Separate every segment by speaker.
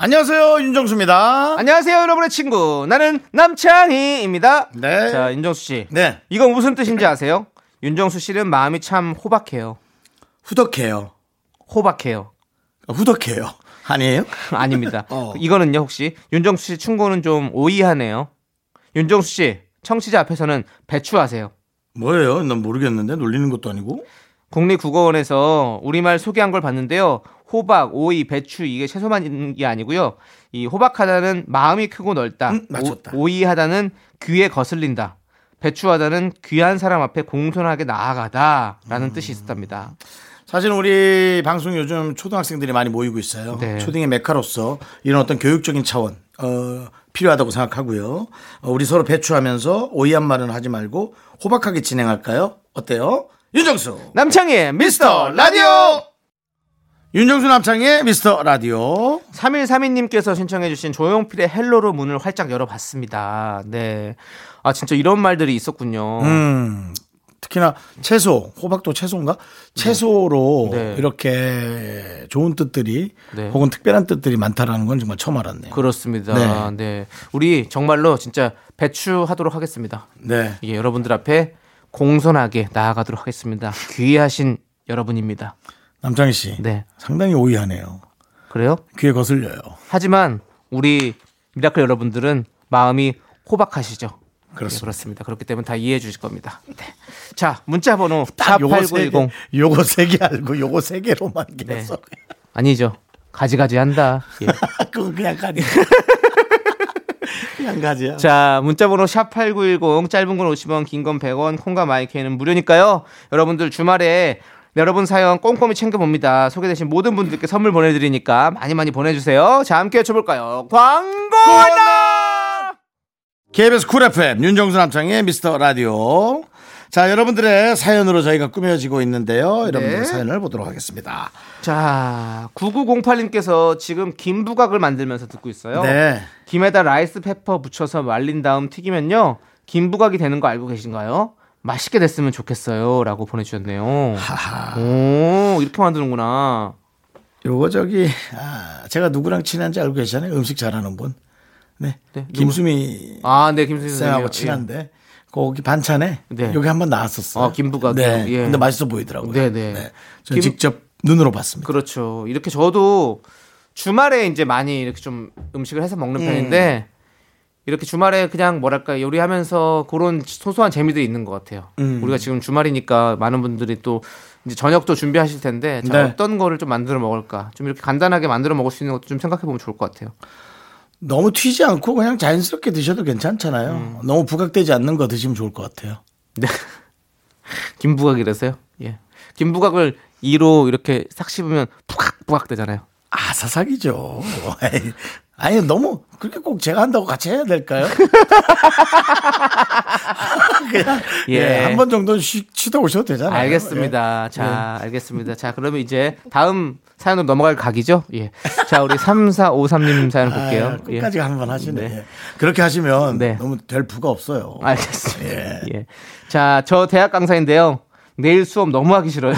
Speaker 1: 안녕하세요 윤정수입니다.
Speaker 2: 안녕하세요, 여러분의 친구. 나는 남창희입니다.
Speaker 1: 네.
Speaker 2: 자, 윤정수 씨.
Speaker 1: 네
Speaker 2: 이건 무슨 뜻인지 아세요? 윤정수 씨는 마음이 참 호박해요.
Speaker 1: 후덕해요. 아,
Speaker 2: 호박해요.
Speaker 1: 후덕해요. 아니에요?
Speaker 2: 아닙니다.
Speaker 1: 어.
Speaker 2: 이거는요, 혹시 윤정수 씨 충고는 좀 오이하네요. 윤정수 씨, 청취자 앞에서는 배추하세요.
Speaker 1: 뭐예요? 난 모르겠는데 놀리는 것도 아니고.
Speaker 2: 국립국어원에서 우리말 소개한 걸 봤는데요. 호박, 오이, 배추 이게 채소만 있는 게 아니고요. 이 호박하다는 마음이 크고 넓다.
Speaker 1: 음, 맞췄다.
Speaker 2: 오, 이하다는 귀에 거슬린다. 배추하다는 귀한 사람 앞에 공손하게
Speaker 1: 음.
Speaker 2: 나아가다라는 뜻이 있었답니다.
Speaker 1: 사실 우리 방송 요즘 초등학생들이 많이 모이고 있어요.
Speaker 2: 네.
Speaker 1: 초등의 메카로서 이런 어떤 교육적인 차원 어, 필요하다고 생각하고요. 어, 우리 서로 배추하면서 오이한 말은 하지 말고 호박하게 진행할까요? 어때요? 윤정수
Speaker 2: 남창희의 미스터
Speaker 1: 라디오. 윤정수 남창의 미스터 라디오.
Speaker 2: 3132님께서 신청해주신 조용필의 헬로로 문을 활짝 열어봤습니다. 네. 아, 진짜 이런 말들이 있었군요.
Speaker 1: 음, 특히나 채소, 호박도 채소인가? 채소로
Speaker 2: 네.
Speaker 1: 이렇게 좋은 뜻들이
Speaker 2: 네.
Speaker 1: 혹은 특별한 뜻들이 많다라는 건 정말 처음 알았네요.
Speaker 2: 그렇습니다. 네. 우리 정말로 진짜 배추하도록 하겠습니다.
Speaker 1: 네.
Speaker 2: 예, 여러분들 앞에 공손하게 나아가도록 하겠습니다. 귀하신 여러분입니다.
Speaker 1: 남창희 씨.
Speaker 2: 네.
Speaker 1: 상당히 오이하네요.
Speaker 2: 그래요?
Speaker 1: 귀에 거슬려요.
Speaker 2: 하지만 우리 미라클 여러분들은 마음이 호박하시죠?
Speaker 1: 그렇습니다.
Speaker 2: 예, 그렇습니다. 그렇기 때문에 다 이해해 주실 겁니다. 네. 자, 문자 번호
Speaker 1: 딱 요거 세 개,
Speaker 2: 샵8910
Speaker 1: 요거 세 개 알고 요거 세 개로만
Speaker 2: 네.
Speaker 1: 계속.
Speaker 2: 아니죠. 가지가지 한다. 예.
Speaker 1: 그건 그냥 가지. 그냥 가지야.
Speaker 2: 자, 문자번호 샵8910, 짧은 건 50원, 긴 건 100원, 콩과 마이크는 무료니까요. 여러분들 주말에 여러분 사연 꼼꼼히 챙겨봅니다. 소개되신 모든 분들께 선물 보내드리니까 많이 많이 보내주세요. 자, 함께 해쳐볼까요? 광고나!
Speaker 1: KBS 쿨 FM 윤정수 남창의 미스터 라디오 자 여러분들의 사연으로 저희가 꾸며지고 있는데요 여러분들의
Speaker 2: 네.
Speaker 1: 사연을 보도록 하겠습니다
Speaker 2: 자, 9908님께서 지금 김부각을 만들면서 듣고 있어요.
Speaker 1: 네
Speaker 2: 김에다 라이스 페퍼 붙여서 말린 다음 튀기면요. 김부각이 되는 거 알고 계신가요? 맛있게 됐으면 좋겠어요. 라고 보내주셨네요.
Speaker 1: 하하
Speaker 2: 오, 이렇게 만드는구나.
Speaker 1: 요거 저기 아, 제가 누구랑 친한지 알고 계시잖아요 음식 잘하는 분 네.
Speaker 2: 네, 누구?
Speaker 1: 김수미
Speaker 2: 아, 네, 김수진 선생님.
Speaker 1: 쌤하고 친한데 거기 반찬에
Speaker 2: 네.
Speaker 1: 여기 한번 나왔었어요
Speaker 2: 아, 김부각이요?
Speaker 1: 네
Speaker 2: 예.
Speaker 1: 근데 맛있어 보이더라고요
Speaker 2: 네, 네.
Speaker 1: 저
Speaker 2: 김-
Speaker 1: 직접 눈으로 봤습니다
Speaker 2: 그렇죠. 이렇게 저도 주말에 이제 많이 이렇게 좀 음식을 해서
Speaker 1: 예.
Speaker 2: 먹는 편인데 이렇게 주말에 그냥 뭐랄까 요리하면서 그런 소소한 재미들이 있는 것 같아요.
Speaker 1: 음.
Speaker 2: 우리가 지금 주말이니까 많은 분들이 또 이제 저녁도 준비하실 텐데 자,
Speaker 1: 네.
Speaker 2: 어떤 거를 좀 만들어 먹을까? 좀 이렇게 간단하게 만들어 먹을 수 있는 것도 좀 생각해 보면 좋을 것 같아요.
Speaker 1: 너무 튀지 않고 그냥 자연스럽게 드셔도 괜찮잖아요
Speaker 2: 음.
Speaker 1: 너무 부각되지 않는 거 드시면 좋을 것 같아요
Speaker 2: 김부각이라서요. 예. 김부각을 이로 이렇게 싹 씹으면 부각부각 되잖아요.
Speaker 1: 아, 사사기죠. 에이, 아니, 너무, 그렇게 꼭 제가 한다고 같이 해야 될까요? 그냥,
Speaker 2: 예.
Speaker 1: 예. 한 번 정도 쉬, 쉬다 오셔도 되잖아요. 예.
Speaker 2: 알겠습니다. 자, 알겠습니다. 자, 그러면 이제 다음 사연으로 넘어갈 각이죠? 예. 자, 우리 3453님 사연
Speaker 1: 예. 아,
Speaker 2: 볼게요. 예.
Speaker 1: 끝까지 한 번 하시네.
Speaker 2: 네.
Speaker 1: 예. 그렇게 하시면
Speaker 2: 네.
Speaker 1: 너무 될 부가 없어요.
Speaker 2: 알겠습니다. 예. 자, 저 대학 강사인데요. 내일 수업 너무 하기 싫어요.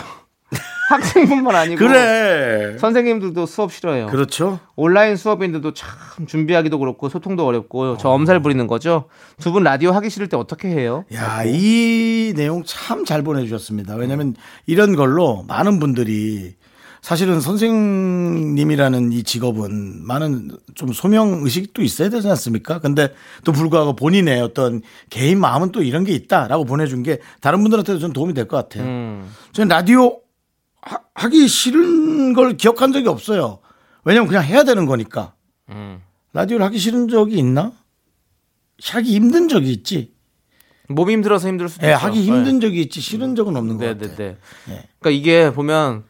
Speaker 2: 학생뿐만 아니고
Speaker 1: 그래.
Speaker 2: 선생님들도 수업 싫어요.
Speaker 1: 그렇죠.
Speaker 2: 온라인 수업인데도 참 준비하기도 그렇고 소통도 어렵고 저 엄살 부리는 거죠. 두 분 라디오 하기 싫을 때 어떻게 해요?
Speaker 1: 야, 이 내용 참 잘 보내주셨습니다. 왜냐면 이런 걸로 많은 분들이 사실은 선생님이라는 이 직업은 많은 좀 소명 의식도 있어야 되지 않습니까? 근데 또 불구하고 본인의 어떤 개인 마음은 또 이런 게 있다라고 보내준 게 다른 분들한테도 좀 도움이 될 것 같아요.
Speaker 2: 음.
Speaker 1: 저는 라디오 하- 하기 싫은 걸 기억한 적이 없어요. 왜냐면 그냥 해야 되는 거니까.
Speaker 2: 음.
Speaker 1: 라디오를 하기 싫은 적이 있나? 하기 힘든 적이 있지.
Speaker 2: 몸이 힘들어서 힘들 수도
Speaker 1: 예,
Speaker 2: 있어요.
Speaker 1: 하기 힘든 적이 있지 싫은 적은 없는 것
Speaker 2: 그렇죠. 음. 네,
Speaker 1: 같아요.
Speaker 2: 네, 네.
Speaker 1: 예.
Speaker 2: 그러니까 이게 보면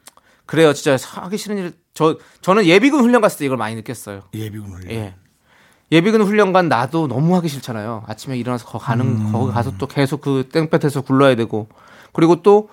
Speaker 2: 그래요. 진짜 하기 싫은 일. 저 저는 예비군 훈련 갔을 때 이걸 많이 느꼈어요.
Speaker 1: 예비군 훈련.
Speaker 2: 예. 예비군 훈련 간 나도 너무 하기 싫잖아요. 아침에 일어나서 거 가는
Speaker 1: 음.
Speaker 2: 거기 가서 또 계속 그 땡볕에서 굴러야 되고 그리고 또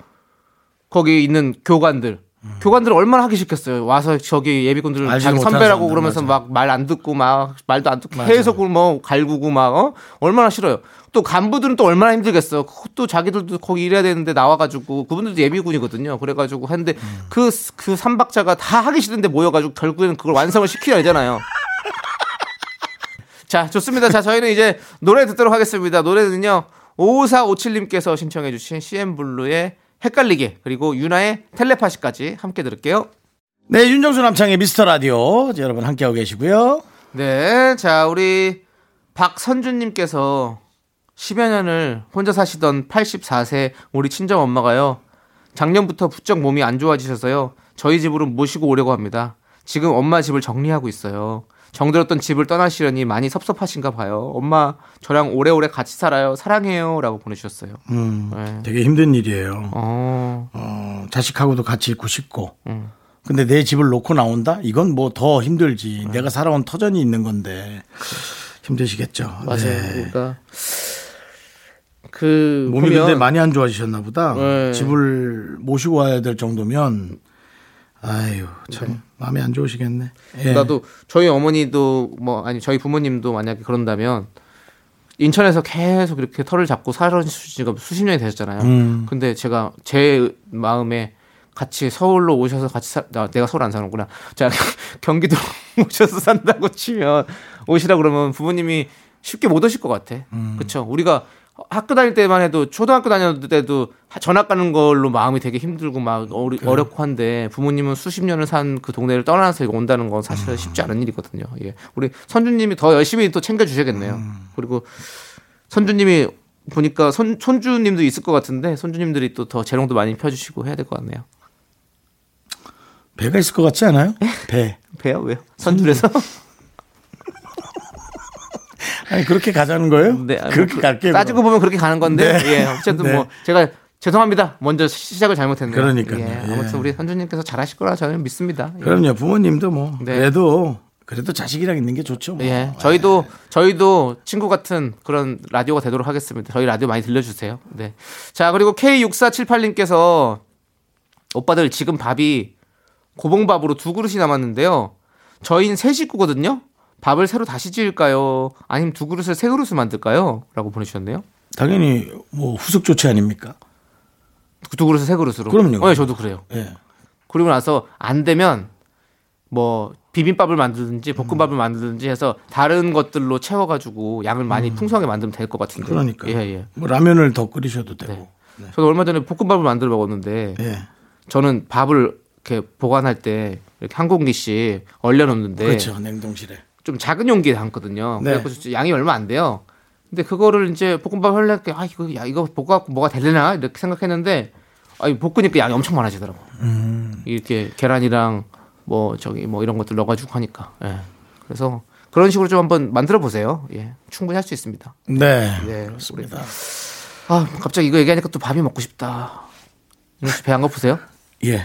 Speaker 2: 거기 있는 교관들 교관들 얼마나 하기 싫겠어요. 와서 저기 예비군들
Speaker 1: 음. 알지도
Speaker 2: 자기
Speaker 1: 못하는
Speaker 2: 선배라고
Speaker 1: 사람들,
Speaker 2: 그러면서
Speaker 1: 맞아.
Speaker 2: 막 말 안 듣고 막 말도 안 듣고
Speaker 1: 맞아.
Speaker 2: 계속 뭐 갈구고 막 어? 얼마나 싫어요. 또 간부들은 또 얼마나 힘들겠어. 또 자기들도 거기 일해야 되는데 나와가지고 그분들도 예비군이거든요. 그래가지고 했는데
Speaker 1: 음.
Speaker 2: 그 그 삼박자가 다 하기 싫은데 모여가지고 결국에는 그걸 완성을 시키려 되잖아요. 자, 좋습니다. 자, 저희는 이제 노래 듣도록 하겠습니다. 노래는요. 5457님께서 신청해 주신 CM블루의 헷갈리게 그리고 유나의 텔레파시까지 함께 들을게요.
Speaker 1: 네, 윤정수 남창의 미스터 라디오. 이제 여러분 함께하고 계시고요.
Speaker 2: 네. 자, 우리 박선주님께서 10여 년을 혼자 사시던 84세 우리 친정 엄마가요. 작년부터 부쩍 몸이 안 좋아지셔서요. 저희 집으로 모시고 오려고 합니다. 지금 엄마 집을 정리하고 있어요. 정들었던 집을 떠나시려니 많이 섭섭하신가 봐요. 엄마, 저랑 오래오래 같이 살아요. 사랑해요. 라고 보내주셨어요.
Speaker 1: 음,
Speaker 2: 네.
Speaker 1: 되게 힘든 일이에요.
Speaker 2: 어,
Speaker 1: 어, 자식하고도 같이 있고 싶고.
Speaker 2: 음.
Speaker 1: 근데 내 집을 놓고 나온다? 이건 뭐 더 힘들지.
Speaker 2: 네.
Speaker 1: 내가 살아온 터전이 있는 건데. 힘드시겠죠.
Speaker 2: 맞아요.
Speaker 1: 네.
Speaker 2: 그러니까, 그,
Speaker 1: 몸이
Speaker 2: 보면
Speaker 1: 근데 많이 안 좋아지셨나 보다.
Speaker 2: 네.
Speaker 1: 집을 모시고 와야 될 정도면 아유, 참 마음이 안 좋으시겠네. 예.
Speaker 2: 네. 나도 저희 어머니도 뭐 아니 저희 부모님도 만약에 그런다면 인천에서 계속 이렇게 털을 잡고 살아주시가 수십 년이 되셨잖아요.
Speaker 1: 음.
Speaker 2: 근데 제가 제 마음에 같이 서울로 오셔서 같이 살, 나, 내가 서울 안 사는구나. 자, 경기도 오셔서 산다고 치면 오시라 그러면 부모님이 쉽게 못 오실 것 같아. 그쵸. 우리가 학교 다닐 때만 해도 초등학교 다닐 때도 하- 전학 가는 걸로 마음이 되게 힘들고 막 어리, 어렵고 한데 부모님은 수십 년을 산 그 동네를 떠나서 이거 온다는 건 사실은 쉽지 않은 일이거든요. 예. 우리 선주님이 더 열심히 또 챙겨주셔야겠네요. 그리고 선주님이 보니까 손, 손주님도 있을 것 같은데 손주님들이 또 더 재롱도 많이 펴주시고 해야 될 것 같네요.
Speaker 1: 배가 있을 것 같지 않아요? 배.
Speaker 2: 배요 왜요? 선주에서
Speaker 1: 아니 그렇게 가자는 거예요? 그렇게 갈게요.
Speaker 2: 네, 아, 뭐, 따지고
Speaker 1: 그럼.
Speaker 2: 보면 그렇게 가는 건데
Speaker 1: 네.
Speaker 2: 예 어쨌든
Speaker 1: 네.
Speaker 2: 뭐 제가 죄송합니다 먼저 시- 시작을 잘못했네요.
Speaker 1: 그러니까요.
Speaker 2: 예,
Speaker 1: 예.
Speaker 2: 아무튼 우리 선주님께서 잘하실 거라 저는 믿습니다. 예.
Speaker 1: 그럼요. 부모님도 뭐
Speaker 2: 네.
Speaker 1: 그래도 그래도 자식이랑 있는 게 좋죠. 뭐.
Speaker 2: 예, 저희도 저희도 친구 같은 그런 라디오가 되도록 하겠습니다. 저희 라디오 많이 들려주세요. 네, 자 그리고 K6478님께서 오빠들 지금 밥이 고봉밥으로 두 그릇이 남았는데요. 저희는 세 식구거든요. 밥을 새로 다시 지을까요? 아니면 두 그릇을 세 그릇을 만들까요? 라고 보내주셨네요.
Speaker 1: 당연히 뭐 후속 조치 아닙니까?
Speaker 2: 두 그릇을 세 그릇으로.
Speaker 1: 그럼요.
Speaker 2: 어, 예, 저도 그래요.
Speaker 1: 예.
Speaker 2: 그리고 나서 안 되면 뭐 비빔밥을 만들든지 볶음밥을 만들든지 해서 다른 것들로 채워가지고 양을 많이 풍성하게 만들면 될 것 같은데.
Speaker 1: 음. 그러니까.
Speaker 2: 예, 예.
Speaker 1: 뭐 라면을 더 끓이셔도 되고.
Speaker 2: 저도 얼마 전에 볶음밥을 만들어 먹었는데
Speaker 1: 예.
Speaker 2: 저는 밥을 이렇게 보관할 때 이렇게 한 공기씩 얼려놓는데
Speaker 1: 그렇죠. 냉동실에.
Speaker 2: 좀 작은 용기에 담거든요.
Speaker 1: 네.
Speaker 2: 그래서 양이 얼마 안 돼요. 근데 그거를 이제 볶음밥 할래 아 이거 야 이거 볶아갖고 뭐가 되려나 이렇게 생각했는데 아니 볶으니까 양이 엄청 많아지더라고.
Speaker 1: 음.
Speaker 2: 이렇게 계란이랑 뭐 저기 뭐 이런 것들 넣어가지고 하니까. 예. 그래서 그런 식으로 좀 한번 만들어 보세요. 예, 충분히 할 수 있습니다.
Speaker 1: 네.
Speaker 2: 네,
Speaker 1: 그렇습니다.
Speaker 2: 아 갑자기 이거 얘기하니까 또 밥이 먹고 싶다. 혹시 배안 고프세요?
Speaker 1: 예.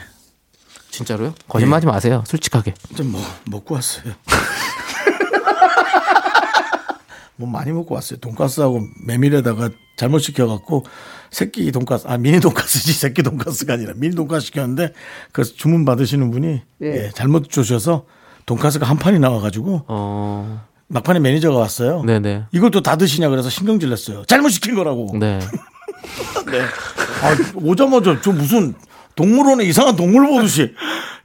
Speaker 2: 진짜로요? 거짓말하지 마세요. 솔직하게.
Speaker 1: 좀 뭐 먹고 왔어요. 뭐 많이 먹고 왔어요. 돈가스하고 메밀에다가 잘못 시켜갖고 새끼 돈가스 아 미니 돈가스지 새끼 돈가스가 아니라 미니 돈가스 시켰는데 그래서 주문 받으시는 분이 예, 잘못 주셔서 돈가스가 한 판이 나와가지고
Speaker 2: 어,
Speaker 1: 막판에 매니저가 왔어요.
Speaker 2: 네네.
Speaker 1: 이걸 또 다 드시냐 그래서 신경질 냈어요. 잘못 시킨 거라고.
Speaker 2: 네.
Speaker 1: 아, 오자마자 저 무슨 동물원에 이상한 동물 보듯이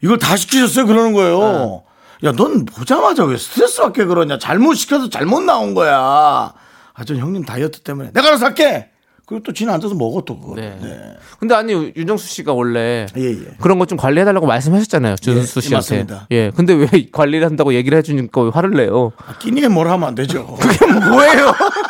Speaker 1: 이걸 다 시키셨어요 그러는 거예요. 야, 넌 보자마자 왜 스트레스 받게 그러냐? 잘못 시켜서 잘못 나온 거야. 아, 전 형님 다이어트 때문에 내가 알아서 할게. 그리고 또 지는 앉아서 먹어 또 그거.
Speaker 2: 네.
Speaker 1: 네.
Speaker 2: 근데 아니 윤정수 씨가 원래
Speaker 1: 예, 예.
Speaker 2: 그런 것 좀 관리해달라고 말씀하셨잖아요. 준수
Speaker 1: 예,
Speaker 2: 씨한테.
Speaker 1: 맞습니다.
Speaker 2: 예. 근데 왜 관리를 한다고 얘기를 해주니까 왜 화를 내요?
Speaker 1: 아, 끼니에 뭘 하면 안 되죠. 그게 뭐예요?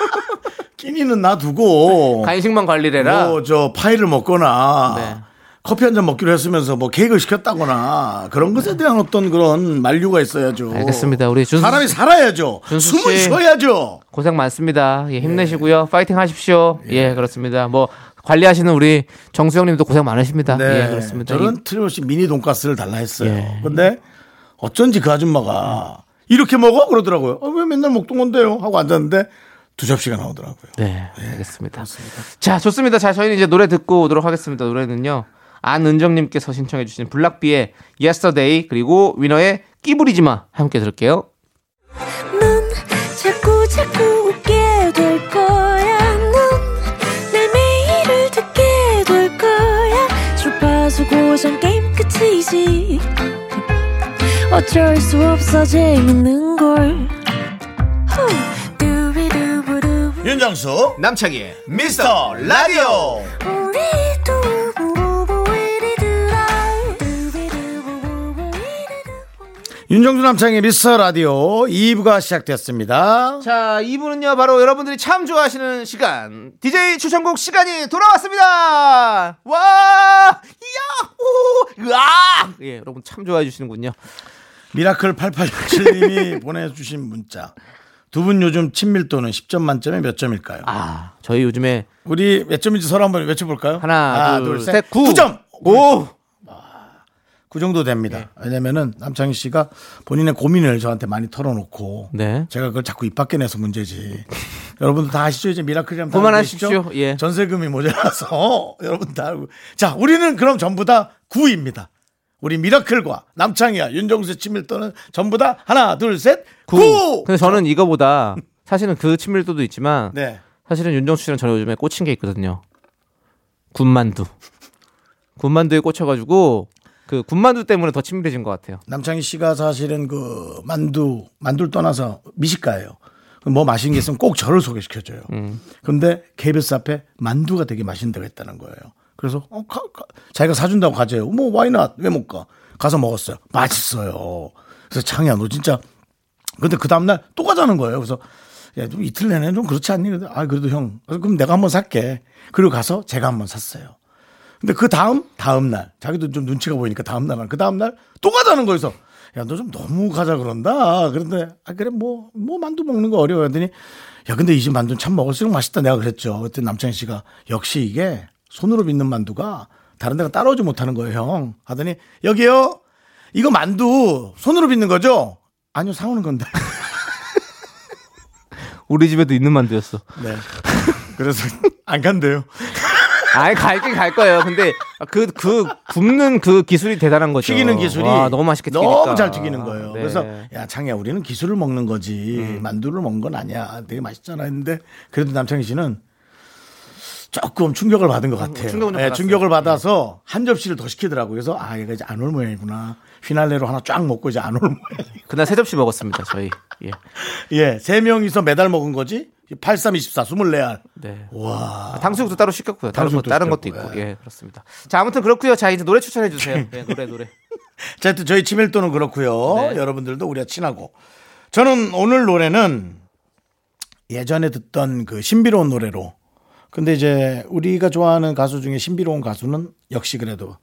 Speaker 1: 끼니는 놔두고
Speaker 2: 간식만 관리를 해라.
Speaker 1: 어. 뭐 저 파이를 먹거나
Speaker 2: 네.
Speaker 1: 커피 한 잔 먹기로 했으면서 뭐 케이크를 시켰다거나 그런 것에 대한 어떤 그런 만류가 있어야죠.
Speaker 2: 알겠습니다. 우리 준수
Speaker 1: 사람이
Speaker 2: 씨
Speaker 1: 살아야죠.
Speaker 2: 준수
Speaker 1: 숨을
Speaker 2: 씨.
Speaker 1: 쉬어야죠. 예.
Speaker 2: 고생 많습니다. 예, 힘내시고요. 파이팅 하십시오. 예. 그렇습니다. 예, 뭐 관리하시는 우리 정수영님도 고생 많으십니다.
Speaker 1: 네.
Speaker 2: 예, 그렇습니다.
Speaker 1: 저는 틀림없이 미니 돈가스를 달라 했어요.
Speaker 2: 예.
Speaker 1: 근데 어쩐지 그 아줌마가 이렇게 먹어? 그러더라고요. 아, 왜 맨날 먹던 건데요? 하고 앉았는데 두 접시가 나오더라고요.
Speaker 2: 네, 알겠습니다. 자, 좋습니다. 자, 저희는 이제 노래 듣고 오도록 하겠습니다. 노래는요. 안은정님께서 신청해주신 블락비의 Yesterday 그리고 위너의 끼부리지 마 함께 들을게요.
Speaker 3: 넌 자꾸 자꾸 웃게 될 거야. 넌내 매일을 듣게 될 거야. 주파수 고정 게임 끝이지. 어쩔 수 없어 재밌는 걸. 후. 두비두부두.
Speaker 1: 윤정수
Speaker 2: 남창희의
Speaker 1: 미스터 라디오
Speaker 3: 우리 두부부부 우리들아. 두비두부부부 우리들아.
Speaker 1: 윤정수 남창의 미스터 라디오 2부가 시작됐습니다.
Speaker 2: 자, 이분은요, 바로 여러분들이 참 좋아하시는 시간. DJ 추천곡 시간이 돌아왔습니다! 와! 이야! 오! 으아! 예, 여러분 참 좋아해 주시는군요.
Speaker 1: 미라클 8867님이 보내주신 문자. 두 분 요즘 친밀도는 10점 만점에 몇 점일까요?
Speaker 2: 아, 저희 요즘에
Speaker 1: 우리 몇 점인지 서로 한번 외쳐볼까요? 아,
Speaker 2: 하나, 둘, 셋, 구.
Speaker 1: 9점!
Speaker 2: 오!
Speaker 1: 그 정도
Speaker 2: 네.
Speaker 1: 됩니다. 왜냐면은 남창희 씨가 본인의 고민을 저한테 많이 털어놓고
Speaker 2: 네.
Speaker 1: 제가 그걸 자꾸 입 밖에 내서 문제지. 여러분들 다 아시죠? 이제 미라클이라면 다
Speaker 2: 그만하십시오.
Speaker 1: 알고 계시죠?
Speaker 2: 예.
Speaker 1: 전세금이 모자라서 어, 여러분 다 알고. 자, 우리는 그럼 전부 다 9입니다. 우리 미라클과 남창희와 윤정수의 친밀도는 전부 다 하나, 둘, 셋, 9!
Speaker 2: 근데 저는 이거보다 사실은 그 친밀도도 있지만
Speaker 1: 네.
Speaker 2: 사실은 윤정수 씨랑 저는 요즘에 꽂힌 게 있거든요. 군만두. 군만두에 꽂혀가지고 그 군만두 때문에 더 친밀해진 것 같아요.
Speaker 1: 남창희 씨가 사실은 그 만두 만두를 떠나서 미식가예요. 그럼 뭐 맛있는 게 있으면 꼭 저를 소개시켜줘요. 근데 KBS 앞에 만두가 되게 맛있는 데가 있다는 거예요. 그래서 어, 가, 가. 자기가 사준다고 가져요. 뭐 와이낫 왜못 가? 가서 먹었어요. 맛있어요. 그래서 창이야 너 진짜 근데 그 다음날 또 가자는 거예요. 그래서 야, 좀 이틀 내내 좀 그렇지 않니? 그래도 아, 그래도 형. 그래서 그럼 내가 한번 살게. 그리고 가서 제가 한번 샀어요. 근데 그 다음, 다음날. 자기도 좀 눈치가 보이니까 다음날, 그 다음날 또 가자는 거여서 야, 너 좀 너무 가자 그런다. 그런데, 아, 그래, 뭐, 뭐 만두 먹는 거 어려워. 하더니 야, 근데 이 집 만두는 참 먹을수록 맛있다. 내가 그랬죠. 그때 남창희 씨가 역시 이게 손으로 빚는 만두가 다른 데가 따라오지 못하는 거예요, 형. 하더니 여기요. 이거 만두 손으로 빚는 거죠? 아니요, 사오는 건데.
Speaker 2: 우리 집에도 있는 만두였어.
Speaker 1: 네. 그래서 안 간대요.
Speaker 2: 아니 갈긴 갈 거예요. 근데 그 그 굽는 그 기술이 대단한 거죠.
Speaker 1: 튀기는 기술이
Speaker 2: 와, 너무 맛있게 튀기니까.
Speaker 1: 너무 잘 튀기는 거예요.
Speaker 2: 네. 음.
Speaker 1: 그래서 야 창이야 우리는 기술을 먹는 거지 만두를 먹는 건 아니야. 되게 맛있잖아 했는데 그래도 남창희 씨는 조금 충격을 받은 것 같아요.
Speaker 2: 음, 충격을 좀
Speaker 1: 예,
Speaker 2: 받았어요. 음.
Speaker 1: 충격을 받아서 한 접시를 더 시키더라고요. 그래서 아 얘가 이제 안 올 모양이구나. 휘날레로 하나 쫙 먹고 이제 안 올 모양.
Speaker 2: 그날 세 접시 먹었습니다. 저희. 예.
Speaker 1: 예, 세 명이서 매달 먹은 거지. 8324 24알.
Speaker 2: 네.
Speaker 1: 와.
Speaker 2: 당수육도 따로 시켰고요. 다른 것
Speaker 1: 당수육도
Speaker 2: 다른 것도
Speaker 1: 시켰고,
Speaker 2: 있고. 예, 그렇습니다. 자, 아무튼 그렇고요. 자, 이제 노래 추천해 주세요. 네, 노래 노래.
Speaker 1: 자, 하여튼 저희 친밀도는 그렇고요.
Speaker 2: 네.
Speaker 1: 여러분들도 우리가 친하고. 저는 오늘 노래는 예전에 듣던 그 신비로운 노래로. 근데 이제 우리가 좋아하는 가수 중에 신비로운 가수는 역시 그래도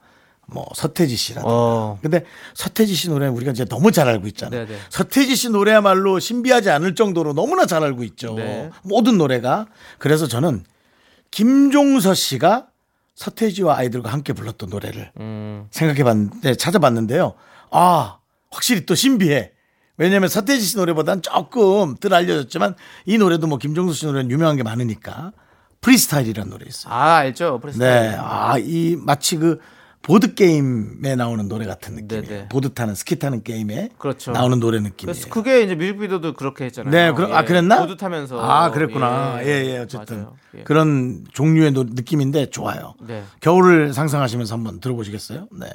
Speaker 1: 뭐 서태지 씨라든가.
Speaker 2: 어.
Speaker 1: 근데 서태지 씨 노래 우리가 이제 너무 잘 알고 있잖아요.
Speaker 2: 네네.
Speaker 1: 서태지 씨 노래야말로 신비하지 않을 정도로 너무나 잘 알고 있죠.
Speaker 2: 네.
Speaker 1: 모든 노래가. 그래서 저는 김종서 씨가 서태지와 아이들과 함께 불렀던 노래를
Speaker 2: 음.
Speaker 1: 생각해 봤는데 네, 찾아봤는데요. 아, 확실히 또 신비해. 왜냐면 하 서태지 씨 노래보다는 조금 덜 알려졌지만 이 노래도 뭐 김종수 씨 노래는 유명한 게 많으니까 프리스타일이라는 노래 있어요.
Speaker 2: 아, 알죠. 프레스타일.
Speaker 1: 네. 아, 이 마치 그 보드 게임에 나오는 노래 같은 느낌이에요.
Speaker 2: 네네.
Speaker 1: 보드 타는 스키 타는 게임에
Speaker 2: 그렇죠.
Speaker 1: 나오는 노래 느낌이에요.
Speaker 2: 그래서 그게 이제 뮤직비디오도 그렇게 했잖아요.
Speaker 1: 네, 그럼 아
Speaker 2: 예,
Speaker 1: 그랬나?
Speaker 2: 보드 타면서
Speaker 1: 아, 그랬구나. 예, 예, 어쨌든
Speaker 2: 맞아요. 예.
Speaker 1: 그런 종류의 노- 느낌인데 좋아요.
Speaker 2: 네.
Speaker 1: 겨울을 상상하시면서 한번 들어보시겠어요? 네.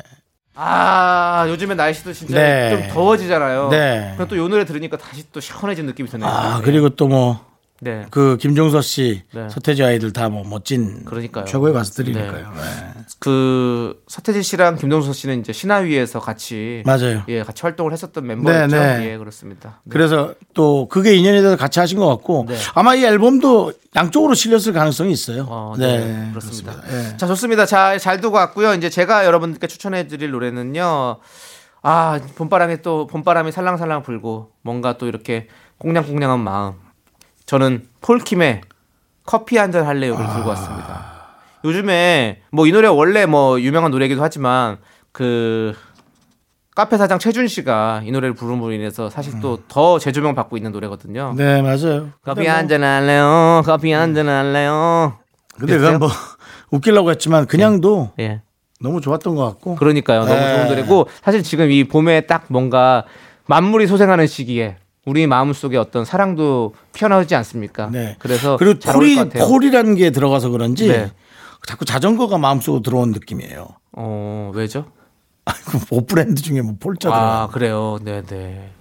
Speaker 2: 아, 요즘에 날씨도 진짜
Speaker 1: 네.
Speaker 2: 좀 더워지잖아요.
Speaker 1: 네.
Speaker 2: 그럼 또요 노래 들으니까 다시 또 시원해진 느낌이 드네요.
Speaker 1: 아,
Speaker 2: 예.
Speaker 1: 그리고 또 뭐
Speaker 2: 네.
Speaker 1: 그 김종서 씨,
Speaker 2: 네.
Speaker 1: 서태지 아이들 다 뭐 멋진
Speaker 2: 그러니까요.
Speaker 1: 최고의 가수들이니까요. 네.
Speaker 2: 그 서태지 씨랑 김동수 씨는 이제 신화위에서 같이
Speaker 1: 네. 맞아요.
Speaker 2: 예, 같이 활동을 했었던 멤버였죠.
Speaker 1: 네, 네.
Speaker 2: 예, 그렇습니다. 네.
Speaker 1: 그래서 또 그게 인연이 돼서 같이 하신 것 같고 아마 이 앨범도 양쪽으로 실렸을 가능성이 있어요.
Speaker 2: 어,
Speaker 1: 네,
Speaker 2: 네, 그렇습니다.
Speaker 1: 예.
Speaker 2: 자, 좋습니다. 잘, 잘 두고 왔고요. 이제 제가 여러분께 추천해 드릴 노래는요. 아, 봄바람에 또, 봄바람이 살랑살랑 불고, 뭔가 또 이렇게 꽁냥꽁냥한 마음. 저는 폴킴의 커피 한 잔 할래요를 들고 왔습니다. 요즘에 뭐 이 노래 원래 뭐 유명한 노래이기도 하지만 그 카페 사장 최준 씨가 이 노래를 부름으로 인해서 사실 또 더 재조명 받고 있는 노래거든요.
Speaker 1: 음. 네, 맞아요.
Speaker 2: 커피 한잔 할래요. 커피 한잔 할래요.
Speaker 1: 근데 그건 뭐 웃기려고 했지만 그냥도
Speaker 2: 예.
Speaker 1: 너무 좋았던 것 같고.
Speaker 2: 그러니까요. 너무
Speaker 1: 네.
Speaker 2: 좋은 노래고 사실 지금 이 봄에 딱 뭔가 만물이 소생하는 시기에 우리 마음 속에 어떤 사랑도 피어나오지 않습니까?
Speaker 1: 네.
Speaker 2: 그래서
Speaker 1: 그리고
Speaker 2: 잘
Speaker 1: 콜이
Speaker 2: 어울릴 것 같아요.
Speaker 1: 콜이라는 게 들어가서 그런지
Speaker 2: 네.
Speaker 1: 자꾸 자전거가 마음속으로 들어온 느낌이에요.
Speaker 2: 어 왜죠?
Speaker 1: 아이고, 옷 브랜드 중에 뭐 폴자 들어.
Speaker 2: 아 그래요. 네네.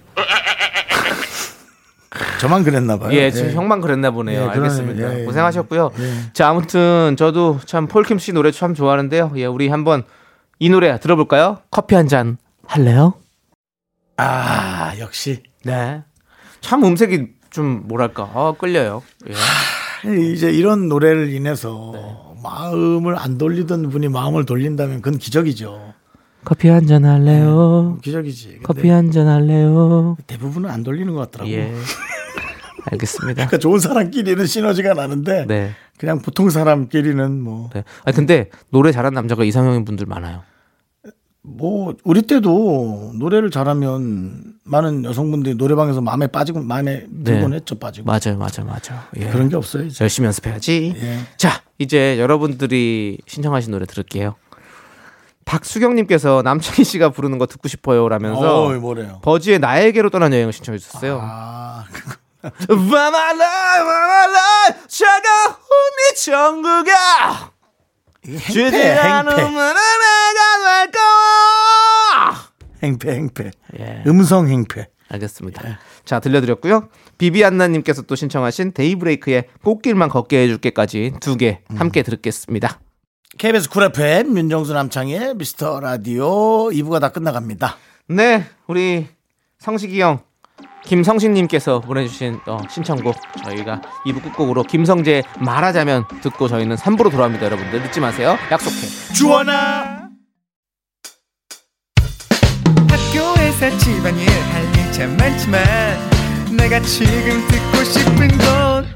Speaker 1: 저만 그랬나 봐요.
Speaker 2: 예, 지금 형만 그랬나 보네요.
Speaker 1: 네. 예, 그러네.
Speaker 2: 알겠습니다.
Speaker 1: 예, 예.
Speaker 2: 고생하셨고요.
Speaker 1: 예.
Speaker 2: 자, 아무튼 저도 참 폴킴 씨 노래 참 좋아하는데요. 예, 우리 한번 이 노래 들어볼까요? 커피 한 잔 할래요?
Speaker 1: 아, 역시
Speaker 2: 네. 참 음색이 좀 뭐랄까, 아, 끌려요. 예.
Speaker 1: 이제 이런 노래를 인해서
Speaker 2: 네.
Speaker 1: 마음을 안 돌리던 분이 마음을 돌린다면 그건 기적이죠.
Speaker 2: 커피 한 잔 할래요?
Speaker 1: 기적이지. 근데
Speaker 2: 커피 한 잔 할래요?
Speaker 1: 대부분은 안 돌리는 것 같더라고.
Speaker 2: 네. 예. 알겠습니다.
Speaker 1: 그러니까 좋은 사람끼리는 시너지가 나는데
Speaker 2: 네.
Speaker 1: 그냥 보통 사람끼리는 뭐 뭐
Speaker 2: 네. 아 근데 노래 잘하는 남자가 이상형인 분들 많아요.
Speaker 1: 뭐, 우리 때도 노래를 잘하면 많은 여성분들이 노래방에서 마음에 빠지고 마음에 들곤 했죠 빠지고
Speaker 2: 네. 맞아요, 맞아요, 맞아요. 예.
Speaker 1: 그런 게 없어요. 이제.
Speaker 2: 열심히 연습해야지.
Speaker 1: 예.
Speaker 2: 자, 이제 여러분들이 신청하신 노래 들을게요. 박수경님께서 남창희 씨가 부르는 거 듣고 싶어요라면서
Speaker 1: 어이, 뭐래요?
Speaker 2: 버지의 나에게로 떠난 여행을 신청해 주셨어요.
Speaker 1: 아, 그거.
Speaker 2: By my life, by my life, 차가운 이 천국아.
Speaker 1: 이게
Speaker 2: 주지
Speaker 1: 행패,
Speaker 2: 않으면
Speaker 1: 행패,
Speaker 2: 내가 날 거야.
Speaker 1: 행패, 행패.
Speaker 2: 예.
Speaker 1: 음성 행패.
Speaker 2: 알겠습니다. 자, 들려드렸고요. 비비안나님께서 또 신청하신 데이브레이크의 꽃길만 걷게 해줄게까지 두 개 함께 들겠습니다.
Speaker 1: KBS 쿨 FM 윤정수 남창의 미스터 라디오 2부가 다 끝나갑니다.
Speaker 2: 네, 우리 성식이 형, 김성식님께서 보내주신 어, 신청곡 저희가 2부 끝곡으로 김성재 말하자면 듣고 저희는 3부로 돌아옵니다, 여러분들 늦지 마세요. 약속해.
Speaker 1: 주원아
Speaker 4: 학교에서 집안일 할 일 참 많지만 내가 지금 듣고 싶은 건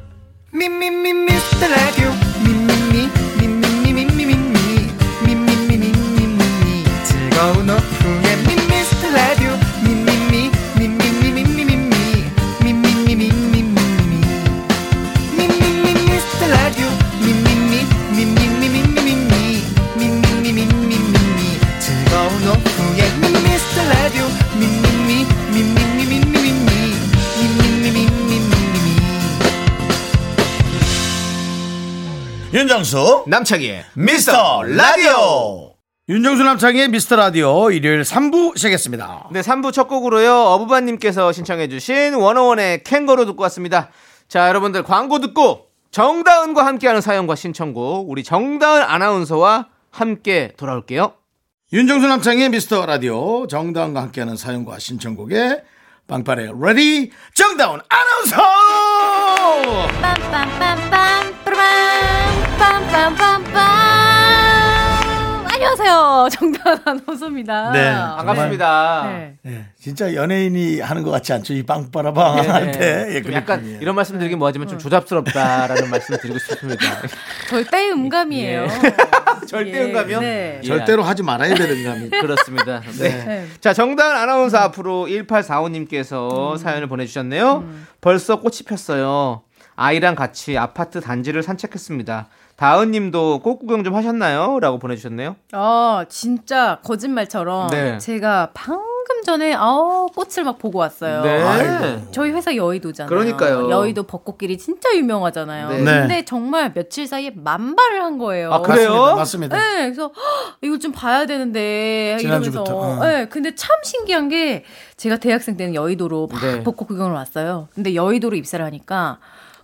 Speaker 4: 미미미 미스터 라디오 미미미 미미미 미미미 미미미 미미미 즐거운 오후에 미스터 라디오 미미미 미미미 미미미 미미미 미미미 미미미 미스터 라디오 미미미 미미미 미미미 미미미 미미미 즐거운 오후에 미스터 라디오 미미미 미미미 미미미 미미미 미미미
Speaker 1: 윤정수
Speaker 2: 남창희의
Speaker 1: 미스터 라디오 윤정수 남창의 미스터 라디오 일요일 3부 시작했습니다.
Speaker 2: 네, 3부 첫 곡으로요. 어부바님께서 신청해주신 원어원의 캥거루 듣고 왔습니다. 자, 여러분들 광고 듣고 정다은과 함께하는 사연과 신청곡 우리 정다은 아나운서와 함께 돌아올게요.
Speaker 1: 윤정수 남창의 미스터 라디오 정다운과 함께하는 사연과 신청곡의 빵빠레 레디 정다운 아나운서
Speaker 3: 빰빰빰빰 빠밤 빰빰빰빰 안녕하세요 정다은 아나운서입니다
Speaker 1: 네.
Speaker 2: 반갑습니다.
Speaker 3: 네.
Speaker 1: 네, 진짜 연예인이 하는 것 같지 않죠? 이 빵빠라방한테 예,
Speaker 2: 네. 좀
Speaker 1: 그
Speaker 2: 약간
Speaker 1: 느낌이에요. 음.
Speaker 2: 이런 말씀 드리긴 뭐하지만 좀 조잡스럽다라는 말씀을 드리고 싶습니다.
Speaker 3: 저희 때의 음감이에요
Speaker 2: 예. 절대
Speaker 3: 예,
Speaker 2: 응감이요?
Speaker 3: 네.
Speaker 2: 예,
Speaker 1: 절대로 하지 말아야 되는 겁니다.
Speaker 2: 그렇습니다. 네.
Speaker 3: 네.
Speaker 2: 자, 정다은 아나운서 앞으로
Speaker 5: 음.
Speaker 2: 1845님께서 사연을 보내주셨네요. 벌써 꽃이 폈어요. 아이랑 같이 아파트 단지를 산책했습니다. 다은 님도 꽃 구경 좀 하셨나요? 라고 보내주셨네요.
Speaker 5: 아, 진짜 거짓말처럼
Speaker 2: 네.
Speaker 5: 아, 제가 방금 전에 아, 꽃을 막 보고 왔어요.
Speaker 2: 아이고.
Speaker 5: 저희 회사 여의도잖아요.
Speaker 2: 네. 그러니까요.
Speaker 5: 여의도 벚꽃길이 진짜 유명하잖아요.
Speaker 2: 네.
Speaker 5: 근데 정말 며칠 사이에 만발을 한 거예요.
Speaker 2: 아, 그래요?
Speaker 1: 맞습니다. 맞습니다.
Speaker 5: 네, 그래서 헉, 이거 좀 봐야 되는데 이러면서.
Speaker 1: 지난주부터, 어.
Speaker 5: 네, 근데 참 신기한 게 제가 대학생 때는 여의도로 막
Speaker 2: 네.
Speaker 5: 아, 벚꽃 구경을 왔어요. 근데 여의도로 입사를 하니까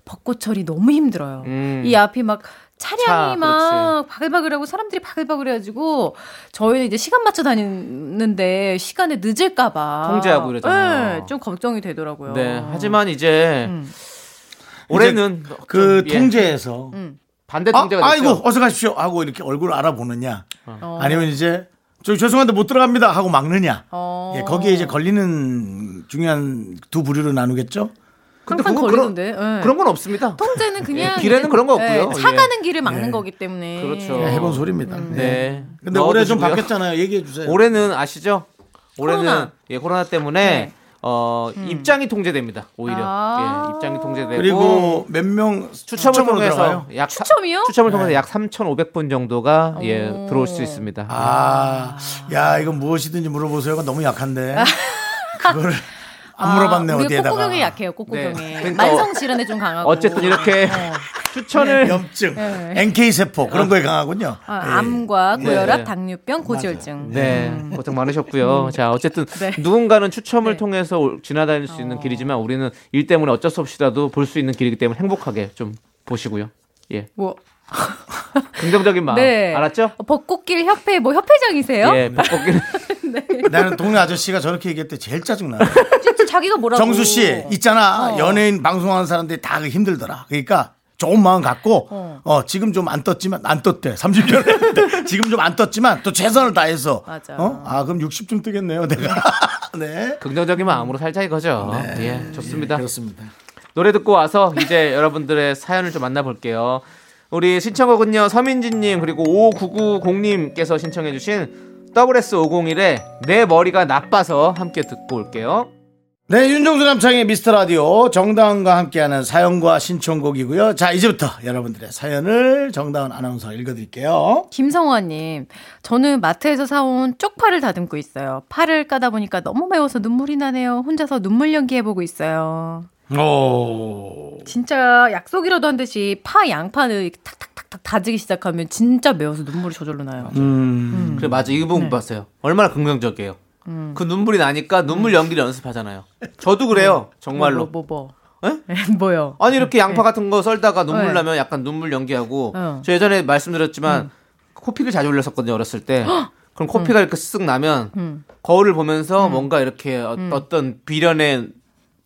Speaker 5: 벚꽃철이 너무 힘들어요.
Speaker 2: 음.
Speaker 5: 이 앞이 막
Speaker 2: 차,
Speaker 5: 차량이 막
Speaker 2: 그렇지.
Speaker 5: 바글바글하고 사람들이 바글바글해가지고 저희는 이제 시간 맞춰 다니는데 시간에 늦을까봐
Speaker 2: 통제하고 이러잖아요.
Speaker 5: 네, 좀 걱정이 되더라고요.
Speaker 2: 네. 하지만 이제
Speaker 5: 음.
Speaker 2: 올해는 좀,
Speaker 1: 그
Speaker 2: 예,
Speaker 1: 통제에서
Speaker 2: 반대
Speaker 1: 아,
Speaker 2: 통제가 됐죠.
Speaker 1: 아이고 어서 가십시오 하고 이렇게 얼굴 알아보느냐
Speaker 5: 어.
Speaker 1: 아니면 이제 저 죄송한데 못 들어갑니다 하고 막느냐
Speaker 5: 어.
Speaker 2: 예,
Speaker 1: 예, 거기에 이제 걸리는 중요한 두 부류로 나누겠죠
Speaker 5: 깡깡
Speaker 2: 그건
Speaker 5: 거리던데.
Speaker 2: 그런,
Speaker 5: 예.
Speaker 2: 그런 건 없습니다.
Speaker 5: 통제는 그냥 네,
Speaker 2: 예, 길에는 그런 거 없고요.
Speaker 5: 차
Speaker 2: 예.
Speaker 5: 가는 길을 막는 거기 때문에.
Speaker 2: 그렇죠.
Speaker 1: 그냥 해본 소리입니다.
Speaker 5: 음.
Speaker 1: 예.
Speaker 2: 네.
Speaker 1: 근데 올해 좀
Speaker 2: 넣어두시고요.
Speaker 1: 바뀌었잖아요. 얘기해 주세요.
Speaker 2: 올해는 아시죠? 올해는
Speaker 5: 코로나.
Speaker 2: 예 코로나 때문에
Speaker 5: 네.
Speaker 2: 어 입장이 통제됩니다. 오히려
Speaker 5: 아.
Speaker 2: 예, 입장이 통제되고
Speaker 1: 그리고 몇 명
Speaker 2: 추첨을 통해서
Speaker 1: 들어가요? 네.
Speaker 2: 약 사-
Speaker 5: 추첨이요?
Speaker 2: 추첨을 통해서 약 3,500분 정도가 예
Speaker 5: 오.
Speaker 2: 들어올 수 있습니다.
Speaker 1: 아, 야, 이거 무엇이든지 물어보세요가 너무 약한데. 그거를 안 물어봤네,
Speaker 5: 아, 우리가
Speaker 1: 어디에다가.
Speaker 5: 콧구멍이 약해요. 콧구멍이.
Speaker 2: 네. 그러니까
Speaker 5: 만성 질환에 좀 강하고.
Speaker 2: 어쨌든 이렇게
Speaker 5: 네.
Speaker 2: 추천을
Speaker 1: 염증, NK세포, 그런 거에 강하군요.
Speaker 5: 아,
Speaker 1: 예.
Speaker 5: 암과 고혈압,
Speaker 2: 네.
Speaker 5: 당뇨병, 고지혈증.
Speaker 2: 네
Speaker 1: 음.
Speaker 2: 고생 많으셨고요. 자 어쨌든
Speaker 5: 네.
Speaker 2: 누군가는 추첨을
Speaker 5: 네.
Speaker 2: 통해서 올- 지나다닐 수
Speaker 1: 어.
Speaker 2: 있는 길이지만 우리는 일 때문에 어쩔 수 없이라도 볼 수 있는 길이기 때문에 행복하게 좀 보시고요. 예
Speaker 5: 뭐,
Speaker 2: 긍정적인 마음
Speaker 5: 네.
Speaker 2: 아, 알았죠?
Speaker 5: 벚꽃길 협회 뭐
Speaker 1: 어?
Speaker 5: 협회장이세요?
Speaker 2: 예 벚꽃길
Speaker 1: 나는 동네 아저씨가 저렇게 얘기할 때 제일 짜증나요.
Speaker 5: 진짜 자기가 뭐라고.
Speaker 1: 정수 씨,
Speaker 5: 어.
Speaker 1: 있잖아. 연예인 방송하는 사람들이 다그 힘들더라. 그러니까 좋은 마음 갖고, 어, 지금 좀 안 떴지만, 안 떴대. 30년 했는데. 지금 좀 안 떴지만, 또 최선을 다해서.
Speaker 5: 맞아.
Speaker 1: 어? 아, 그럼 60쯤 뜨겠네요, 내가. 네.
Speaker 2: 긍정적인 마음으로 살자 이거죠. 예, 좋습니다.
Speaker 1: 그렇습니다.
Speaker 2: 노래 듣고 와서 이제 여러분들의 사연을 좀 만나볼게요. 우리 신청곡은요, 서민진님, 그리고 5990님께서 신청해주신 WS501의 내 머리가 나빠서 함께 듣고 올게요.
Speaker 1: 네, 윤종수 남창의 미스터 라디오 정다은과 함께하는 사연과 신청곡이고요. 자, 이제부터 여러분들의 사연을 정다은 아나운서 읽어드릴게요.
Speaker 5: 김성화님, 저는 마트에서 사온 쪽파를 다듬고 있어요. 파를 까다 보니까 너무 매워서 눈물이 나네요. 혼자서 눈물 연기해보고 있어요. 진짜 약속이라도 한 듯이 파 양파를 이렇게 탁탁탁탁 다지기 시작하면 진짜 매워서 눈물이 저절로 나요.
Speaker 1: 음.
Speaker 5: 음.
Speaker 2: 그래, 맞아. 이
Speaker 5: 네.
Speaker 2: 부분 봤어요. 얼마나 긍정적이에요. 그 눈물이 나니까 눈물 연기를 연습하잖아요. 저도 그래요. 정말로.
Speaker 5: 음. 뭐, 뭐,
Speaker 2: 예?
Speaker 5: 뭐. 뭐요?
Speaker 2: 아니 이렇게 양파 같은 거 썰다가 눈물
Speaker 5: 네.
Speaker 2: 나면 약간 눈물 연기하고
Speaker 5: 어. 음.
Speaker 2: 저 예전에 말씀드렸지만 코피를 자주 흘렸었거든요 어렸을 때 그럼 코피가 이렇게 쓱 나면
Speaker 5: 음.
Speaker 2: 거울을 보면서 뭔가 이렇게 어, 떤 비련의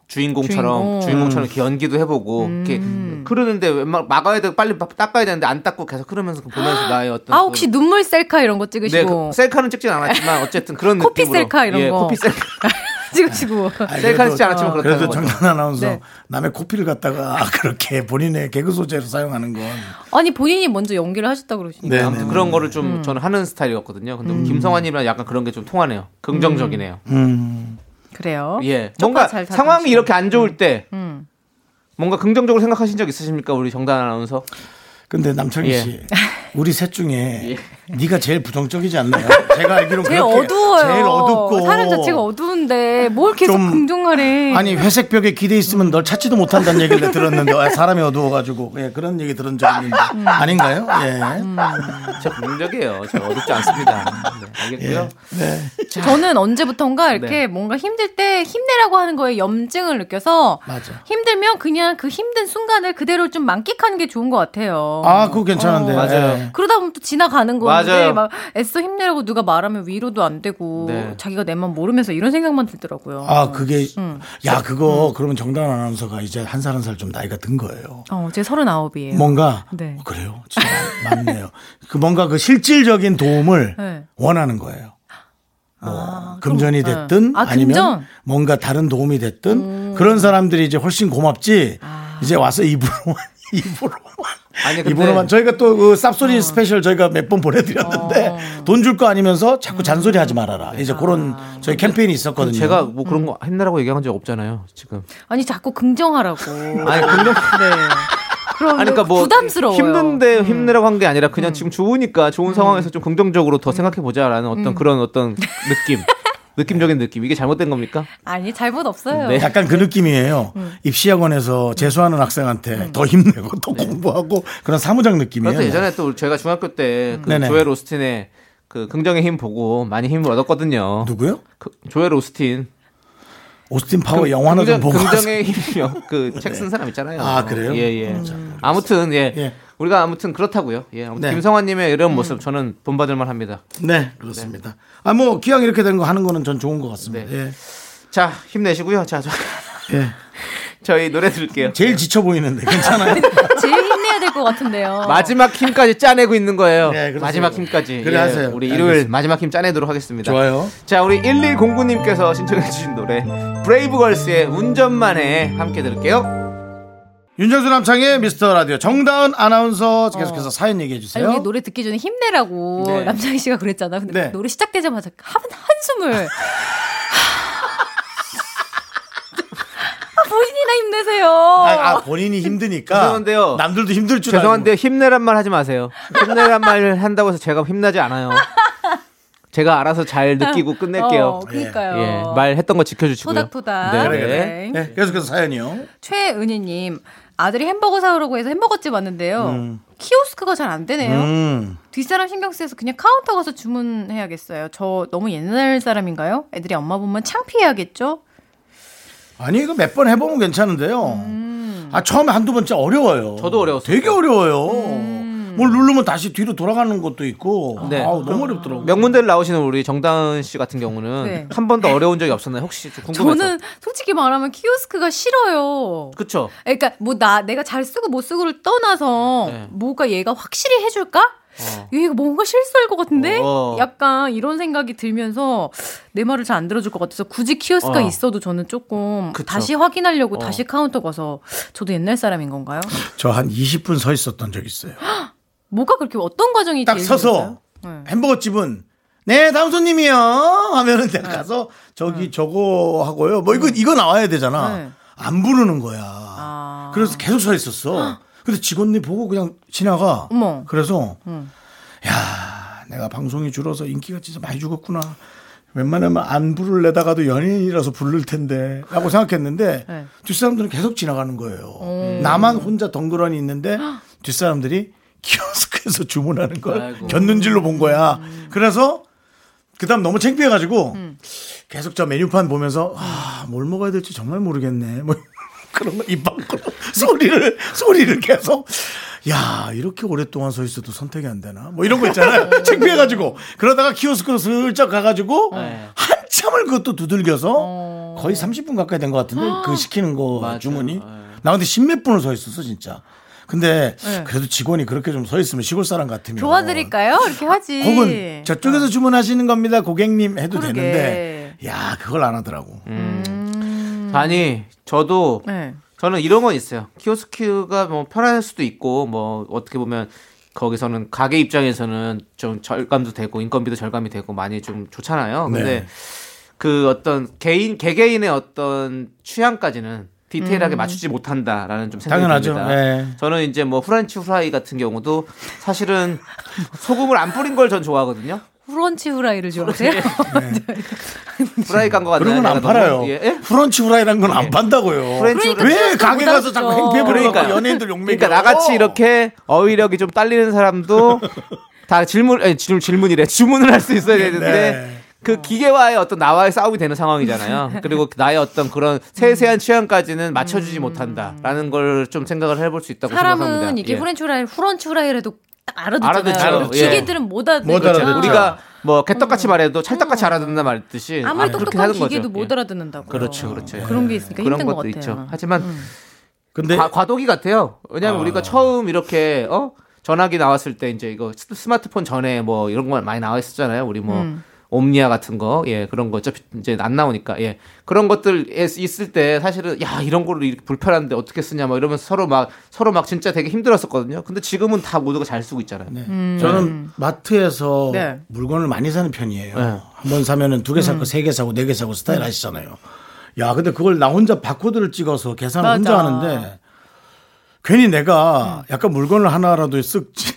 Speaker 2: 주인공처럼
Speaker 5: 주인공. 음.
Speaker 2: 주인공. 처럼 이렇게 연기도 해보고 이렇게 흐르는데 웬만 막아야 되고 빨리 막 닦아야 되는데 안 닦고 계속 흐르면서 그 보면서 나의 어떤
Speaker 5: 아, 혹시 눈물 셀카 이런 거
Speaker 2: 그- 네,
Speaker 5: 찍으시고.
Speaker 2: 그 셀카는 찍진 않았지만 어쨌든 그런
Speaker 5: 뭐. 코피
Speaker 2: 느낌으로
Speaker 5: 셀카 이런
Speaker 2: 예,
Speaker 5: 거.
Speaker 2: 코피 셀카
Speaker 5: 찍으시고.
Speaker 2: 셀카 찍지 않았지만 그렇다는
Speaker 1: 아, 그래도
Speaker 2: 거죠.
Speaker 1: 정단 아나운서
Speaker 5: 네.
Speaker 1: 남의 코피를 갖다가 그렇게 본인의 개그 소재로 사용하는 건.
Speaker 5: 아니, 본인이 먼저 연기를 하셨다 그러시니까.
Speaker 1: 네네.
Speaker 2: 아무튼 그런 거를 좀
Speaker 5: 음.
Speaker 2: 저는 하는 스타일이었거든요. 근데
Speaker 1: 음.
Speaker 2: 김성환님이랑 약간 그런 게 좀 통하네요. 긍정적이네요.
Speaker 5: 그래요.
Speaker 1: 음.
Speaker 2: 예,
Speaker 5: 음. 쪽파
Speaker 2: 뭔가
Speaker 5: 잘 다듬으시고.
Speaker 2: 상황이 이렇게 안 좋을 때
Speaker 5: 음.
Speaker 2: 뭔가 긍정적으로 생각하신 적 있으십니까, 우리 정단 아나운서?
Speaker 1: 근데 남창희
Speaker 2: 예.
Speaker 1: 씨, 우리 셋 중에 네가 제일 부정적이지 않나요? 제가 알기로
Speaker 5: 예.
Speaker 1: 그렇게
Speaker 5: 제일 어두워요.
Speaker 1: 제일 어둡고
Speaker 5: 사람 자체가 어두운데 뭘 계속
Speaker 1: 좀-
Speaker 5: 긍정하래.
Speaker 1: 아니 회색 벽에 기대 있으면 널 찾지도 못한다는 얘기를 들었는데 아, 사람이 어두워가지고 예, 그런 얘기 들은 적 있는데 아닌가요? 예.
Speaker 5: 음.
Speaker 2: 저 긍정적이에요. 저 어둡지 않습니다. 네,
Speaker 1: 예.
Speaker 2: 알겠고요.
Speaker 5: 저는
Speaker 1: 네.
Speaker 5: 언제부턴가 이렇게 뭔가 힘들 때 힘내라고 하는 거에 염증을 느껴서
Speaker 1: 맞아.
Speaker 5: 힘들면 그냥 그 힘든 순간을 그대로 좀 만끽하는 게 좋은 것 같아요.
Speaker 1: 아 그거
Speaker 5: 어.
Speaker 1: 괜찮은데
Speaker 2: 맞아요.
Speaker 1: 예.
Speaker 5: 그러다 보면 또 지나가는 건데
Speaker 2: 맞아요.
Speaker 5: 막 애써 힘내라고 누가 말하면 위로도 안 되고
Speaker 2: 네.
Speaker 5: 자기가 내 맘 모르면서 이런 생각만 들더라고요.
Speaker 1: 아 그게
Speaker 5: 음.
Speaker 1: 야 그거 그러면 정당 아나운서가 이제 한 살 한 살 좀 나이가 든 거예요.
Speaker 5: 어, 제 서른아홉이에요.
Speaker 1: 뭔가
Speaker 5: 네.
Speaker 1: 어, 그래요, 진짜 맞네요. 그 뭔가 그 실질적인 도움을
Speaker 5: 네.
Speaker 1: 원하는 거예요. 뭐
Speaker 5: 아,
Speaker 1: 금전이
Speaker 5: 그럼,
Speaker 1: 됐든
Speaker 5: 네. 아,
Speaker 1: 아, 니면
Speaker 5: 금전?
Speaker 1: 뭔가 다른 도움이 됐든 그런 사람들이 이제 훨씬 고맙지.
Speaker 5: 아.
Speaker 1: 이제 와서 입으로만 입으로만
Speaker 2: 아니 네, 근데 어.
Speaker 1: 이분은 저희가 또 그 쌉소리 스페셜 저희가 몇 번 보내드렸는데 돈 줄 거 아니면서 자꾸 잔소리 하지 말아라. 이제 그런 저희 캠페인이 있었거든요.
Speaker 2: 음. 제가 뭐 그런 거 했나라고 얘기한 적 없잖아요, 지금.
Speaker 5: 아니 자꾸 긍정하라고.
Speaker 2: 아니 긍정.
Speaker 5: 그럼
Speaker 2: 아니, 그러니까 뭐
Speaker 5: 부담스러워요. 음.
Speaker 2: 힘든데 힘내라고 한 게 아니라 그냥 지금 좋으니까 좋은 상황에서 좀 긍정적으로
Speaker 5: 음.
Speaker 2: 더 생각해 보자라는 어떤 그런 어떤 느낌. 느낌적인 느낌. 이게 잘못된 겁니까?
Speaker 5: 아니 잘못 없어요.
Speaker 2: 네. 음.
Speaker 1: 약간 그 느낌이에요. 입시학원에서 재수하는 학생한테 더 힘내고 더 공부하고 그런 사무장 느낌이에요.
Speaker 2: 네. 그래서 예전에 또 제가 중학교
Speaker 5: 음.
Speaker 2: 때그
Speaker 1: 네네.
Speaker 2: 조엘 오스틴의 그 긍정의 힘 보고 많이 힘을 얻었거든요.
Speaker 1: 뭐. 누구요?
Speaker 2: 그 조엘 오스틴.
Speaker 1: 오스틴
Speaker 2: 그
Speaker 1: 파워 영화나 좀 보고 왔어요.
Speaker 2: 긍정의 힘이요. 그 책 쓴 사람 있잖아요.
Speaker 1: 아, 그래요?
Speaker 2: 예, 예. 아무튼 예.
Speaker 1: 예.
Speaker 2: 우리가 아무튼 그렇다고요. 예. 아무튼
Speaker 1: 네.
Speaker 2: 김성환 님의
Speaker 5: 음.
Speaker 2: 이런 모습 저는 본받을 만 합니다.
Speaker 1: 네, 그렇습니다. 아, 뭐 기왕 이렇게 된 거 하는 거는 전 좋은 것 같습니다.
Speaker 2: 네. 자, 힘내시고요. 자, 저,
Speaker 1: 예. 예.
Speaker 2: 저희 노래 들을게요.
Speaker 1: 제일 지쳐 보이는데 괜찮아요.
Speaker 5: 제일 힘내
Speaker 3: 해야 될 것 같은데요.
Speaker 2: 마지막 힘까지 짜내고 있는 거예요.
Speaker 1: 네, 그러세요.
Speaker 2: 마지막 힘까지. 예,
Speaker 1: 그래 하세요.
Speaker 2: 우리 일요일
Speaker 1: 알겠습니다.
Speaker 2: 마지막 힘 짜내도록 하겠습니다.
Speaker 1: 좋아요.
Speaker 2: 자, 우리 1109님께서 신청해주신 노래 브레이브걸스의 운전만에 함께 들을게요.
Speaker 1: 윤정수 남창의 미스터 라디오 정다은 아나운서
Speaker 2: 어.
Speaker 1: 계속해서 사연 얘기해 주세요.
Speaker 3: 아니, 우리 노래 듣기 전에 힘내라고
Speaker 1: 네.
Speaker 3: 남창희 씨가 그랬잖아. 근데
Speaker 1: 네.
Speaker 3: 노래 시작되자마자 한 한숨을. 아, 아, 본인이나 힘내세요.
Speaker 1: 아, 아, 본인이 힘드니까
Speaker 2: 죄송한데요.
Speaker 1: 남들도 힘들 줄
Speaker 2: 죄송한데
Speaker 1: 알고.
Speaker 2: 힘내란 말 하지 마세요. 힘내란 말 한다고 해서 제가 힘나지 않아요. 제가 알아서 잘 느끼고 끝낼게요.
Speaker 3: 어, 그러니까요.
Speaker 2: 예, 말했던 거 지켜주시고요.
Speaker 3: 토닥토닥.
Speaker 2: 네,
Speaker 3: 그래,
Speaker 2: 네.
Speaker 3: 그래.
Speaker 1: 네, 계속해서 사연이요.
Speaker 3: 최은희님 아들이 햄버거 사오라고 해서 햄버거집 왔는데요.
Speaker 2: 음.
Speaker 3: 키오스크가 잘 안 되네요.
Speaker 1: 음.
Speaker 5: 뒷사람 신경 쓰여서 그냥 카운터 가서 주문해야겠어요. 저 너무 옛날 사람인가요? 애들이 엄마 보면 창피해야겠죠?
Speaker 1: 아니 이거 몇 번 해보면 괜찮은데요. 아 처음에 한두 번 진짜 어려워요.
Speaker 2: 저도 어려웠어요.
Speaker 1: 되게 어려워요. 뭘 누르면 다시 뒤로 돌아가는 것도 있고.
Speaker 2: 네.
Speaker 1: 아우, 너무 어렵더라고요.
Speaker 2: 명문대를 나오시는 우리 정다은 씨 같은 경우는
Speaker 5: 네.
Speaker 2: 한 번도 어려운 적이 없었나요? 혹시 좀 궁금해서.
Speaker 5: 저는 솔직히 말하면 키오스크가 싫어요.
Speaker 2: 그쵸?
Speaker 5: 그러니까 뭐 나 내가 잘 쓰고 못 쓰고를 떠나서
Speaker 2: 네.
Speaker 5: 뭐가 얘가 확실히 해줄까?
Speaker 2: 어.
Speaker 5: 얘가 뭔가 실수할 것 같은데?
Speaker 2: 어.
Speaker 5: 약간 이런 생각이 들면서 내 말을 잘 안 들어줄 것 같아서 굳이 키오스크가
Speaker 2: 어.
Speaker 5: 있어도 저는 조금
Speaker 2: 그쵸. 어.
Speaker 5: 다시 확인하려고 다시 카운터 가서 저도 옛날 사람인 건가요?
Speaker 1: 저 한 20분 서 있었던 적 있어요.
Speaker 5: 뭐가 그렇게 어떤 과정이
Speaker 1: 딱
Speaker 5: 제일 힘들었어요?
Speaker 1: 서서 햄버거 집은 네 다음 손님이요 하면은 내가 가서 저기 저거 하고요 뭐 이거 이거 나와야 되잖아
Speaker 5: 네.
Speaker 1: 안 부르는 거야 그래서 계속 서 있었어 근데 직원님 보고 그냥 지나가
Speaker 5: 어머.
Speaker 1: 그래서 야 내가 방송이 줄어서 인기가 진짜 많이 죽었구나 웬만하면 안 부를래다가도 연예인이라서 부를 텐데 라고 생각했는데
Speaker 5: 네.
Speaker 1: 뒷사람들은 계속 지나가는 거예요 나만 혼자 덩그러니 있는데 뒷사람들이 키오스크에서 주문하는 걸
Speaker 2: 아이고.
Speaker 1: 견눈질로 본 거야
Speaker 5: 음.
Speaker 1: 그래서 그다음 너무 창피해가지고
Speaker 2: 음.
Speaker 1: 계속 저 메뉴판 보면서 아, 뭘 먹어야 될지 정말 모르겠네. 뭐 그런 거 입 밖으로
Speaker 2: 네.
Speaker 1: 소리를 소리를 계속 야 이렇게 오랫동안 서 있어도 선택이 안 되나 뭐 이런 거 있잖아요. 창피해가지고 그러다가 키오스크로 슬쩍 가가지고
Speaker 2: 네. 어.
Speaker 1: 한참을 그것도 두들겨서 거의 30분 가까이 된 것 같은데 그 시키는 거
Speaker 2: 맞아요.
Speaker 1: 주문이
Speaker 2: 네.
Speaker 1: 나 근데 십몇 분을 서 있었어 진짜. 근데
Speaker 2: 네.
Speaker 1: 그래도 직원이 그렇게 좀 서 있으면 시골 사람 같으면
Speaker 5: 도와드릴까요? 이렇게 하지.
Speaker 1: 혹은 저쪽에서 주문하시는 겁니다, 고객님 해도
Speaker 5: 예. 어. 그러게.
Speaker 1: 되는데, 야 그걸 안 하더라고.
Speaker 2: 음.
Speaker 5: 음.
Speaker 2: 아니, 저도
Speaker 5: 네.
Speaker 2: 저는 이런 건 있어요. 키오스크가 뭐 편할 수도 있고 뭐 어떻게 보면 거기서는 가게 입장에서는 좀 절감도 되고 인건비도 절감이 되고 많이 좀 좋잖아요. 근데
Speaker 1: 네.
Speaker 2: 그 어떤 개인 개개인의 어떤 취향까지는 디테일하게 맞추지 못한다라는 좀 생각이
Speaker 1: 당연하죠.
Speaker 2: 듭니다.
Speaker 1: 네.
Speaker 2: 저는 이제 뭐 프렌치 후라이 같은 경우도 사실은 소금을 안 뿌린 걸 전 좋아하거든요.
Speaker 5: 후런치 후라이를 좋아하세요?
Speaker 2: 후라이 간 거 같나요?
Speaker 1: 그런 건 안
Speaker 2: 내가 너무?
Speaker 1: 팔아요.
Speaker 2: 예? 예?
Speaker 1: 프런치 후라이란 건 안 판다고요.
Speaker 2: 프렌치
Speaker 5: 그러니까
Speaker 2: 후라이.
Speaker 1: 왜 가게 가서
Speaker 5: 그렇죠.
Speaker 1: 자꾸 행패 부리고
Speaker 2: 그러니까요.
Speaker 1: 연예인들 욕먹여?
Speaker 2: 그러니까 나같이 이렇게 어휘력이 좀 딸리는 사람도 다 질문 아니 질문 질문이래 주문을 할 수 있어야 되는데
Speaker 1: 네.
Speaker 2: 그 기계와의 어떤 나와의 싸움이 되는 상황이잖아요. 그리고 나의 어떤 그런
Speaker 5: 음.
Speaker 2: 세세한 취향까지는 맞춰주지 못한다라는 걸 좀 생각을 해볼 수 있다고
Speaker 5: 사람은
Speaker 2: 생각합니다.
Speaker 5: 이게
Speaker 2: 예.
Speaker 5: 후런치 후라이, 후런치 후라이라도 딱 알아듣잖아요.
Speaker 2: 알아듣죠. 예.
Speaker 5: 기계들은 못 알아듣죠.
Speaker 1: 못 알아듣죠.
Speaker 2: 우리가 뭐 개떡같이 말해도 찰떡같이 알아듣는다 말듯이
Speaker 5: 음. 아무리
Speaker 2: 아, 그렇게
Speaker 5: 똑똑한
Speaker 2: 하는 거죠.
Speaker 5: 기계도
Speaker 2: 예.
Speaker 5: 못 알아듣는다고. 어,
Speaker 2: 그렇죠, 그렇죠. 예.
Speaker 5: 그런 게 있으니까
Speaker 2: 그런
Speaker 5: 힘든 것
Speaker 2: 것도
Speaker 5: 같아요. 음.
Speaker 2: 있죠. 하지만
Speaker 1: 근데
Speaker 2: 과, 과도기 같아요. 왜냐하면 우리가 처음 이렇게 어 전화기 나왔을 때 이제 이거 스- 스마트폰 전에 뭐 이런 거 많이 나와 있었잖아요. 우리 뭐 옴니아 같은 거, 예 그런 거 어차피 이제 안 나오니까 예 그런 것들 에- 있을 때 사실은 야 이런 거를 이렇게 불편한데 어떻게 쓰냐 막 이러면서 서로 막 서로 막 진짜 되게 힘들었었거든요. 근데 지금은 다 모두가 잘 쓰고 있잖아요.
Speaker 1: 네. 저는 마트에서
Speaker 5: 음. 네. 음.
Speaker 1: 물건을 많이 사는 편이에요.
Speaker 2: 네.
Speaker 1: 한 번 사면은 두 개 살 거 세 개 사고 네 개 사고 스타일 하시잖아요. 야, 근데 그걸 나 혼자 바코드를 찍어서 계산을 혼자
Speaker 5: 맞아. 음.
Speaker 1: 하는데 괜히 내가 약간 물건을 하나라도 쓱 찌-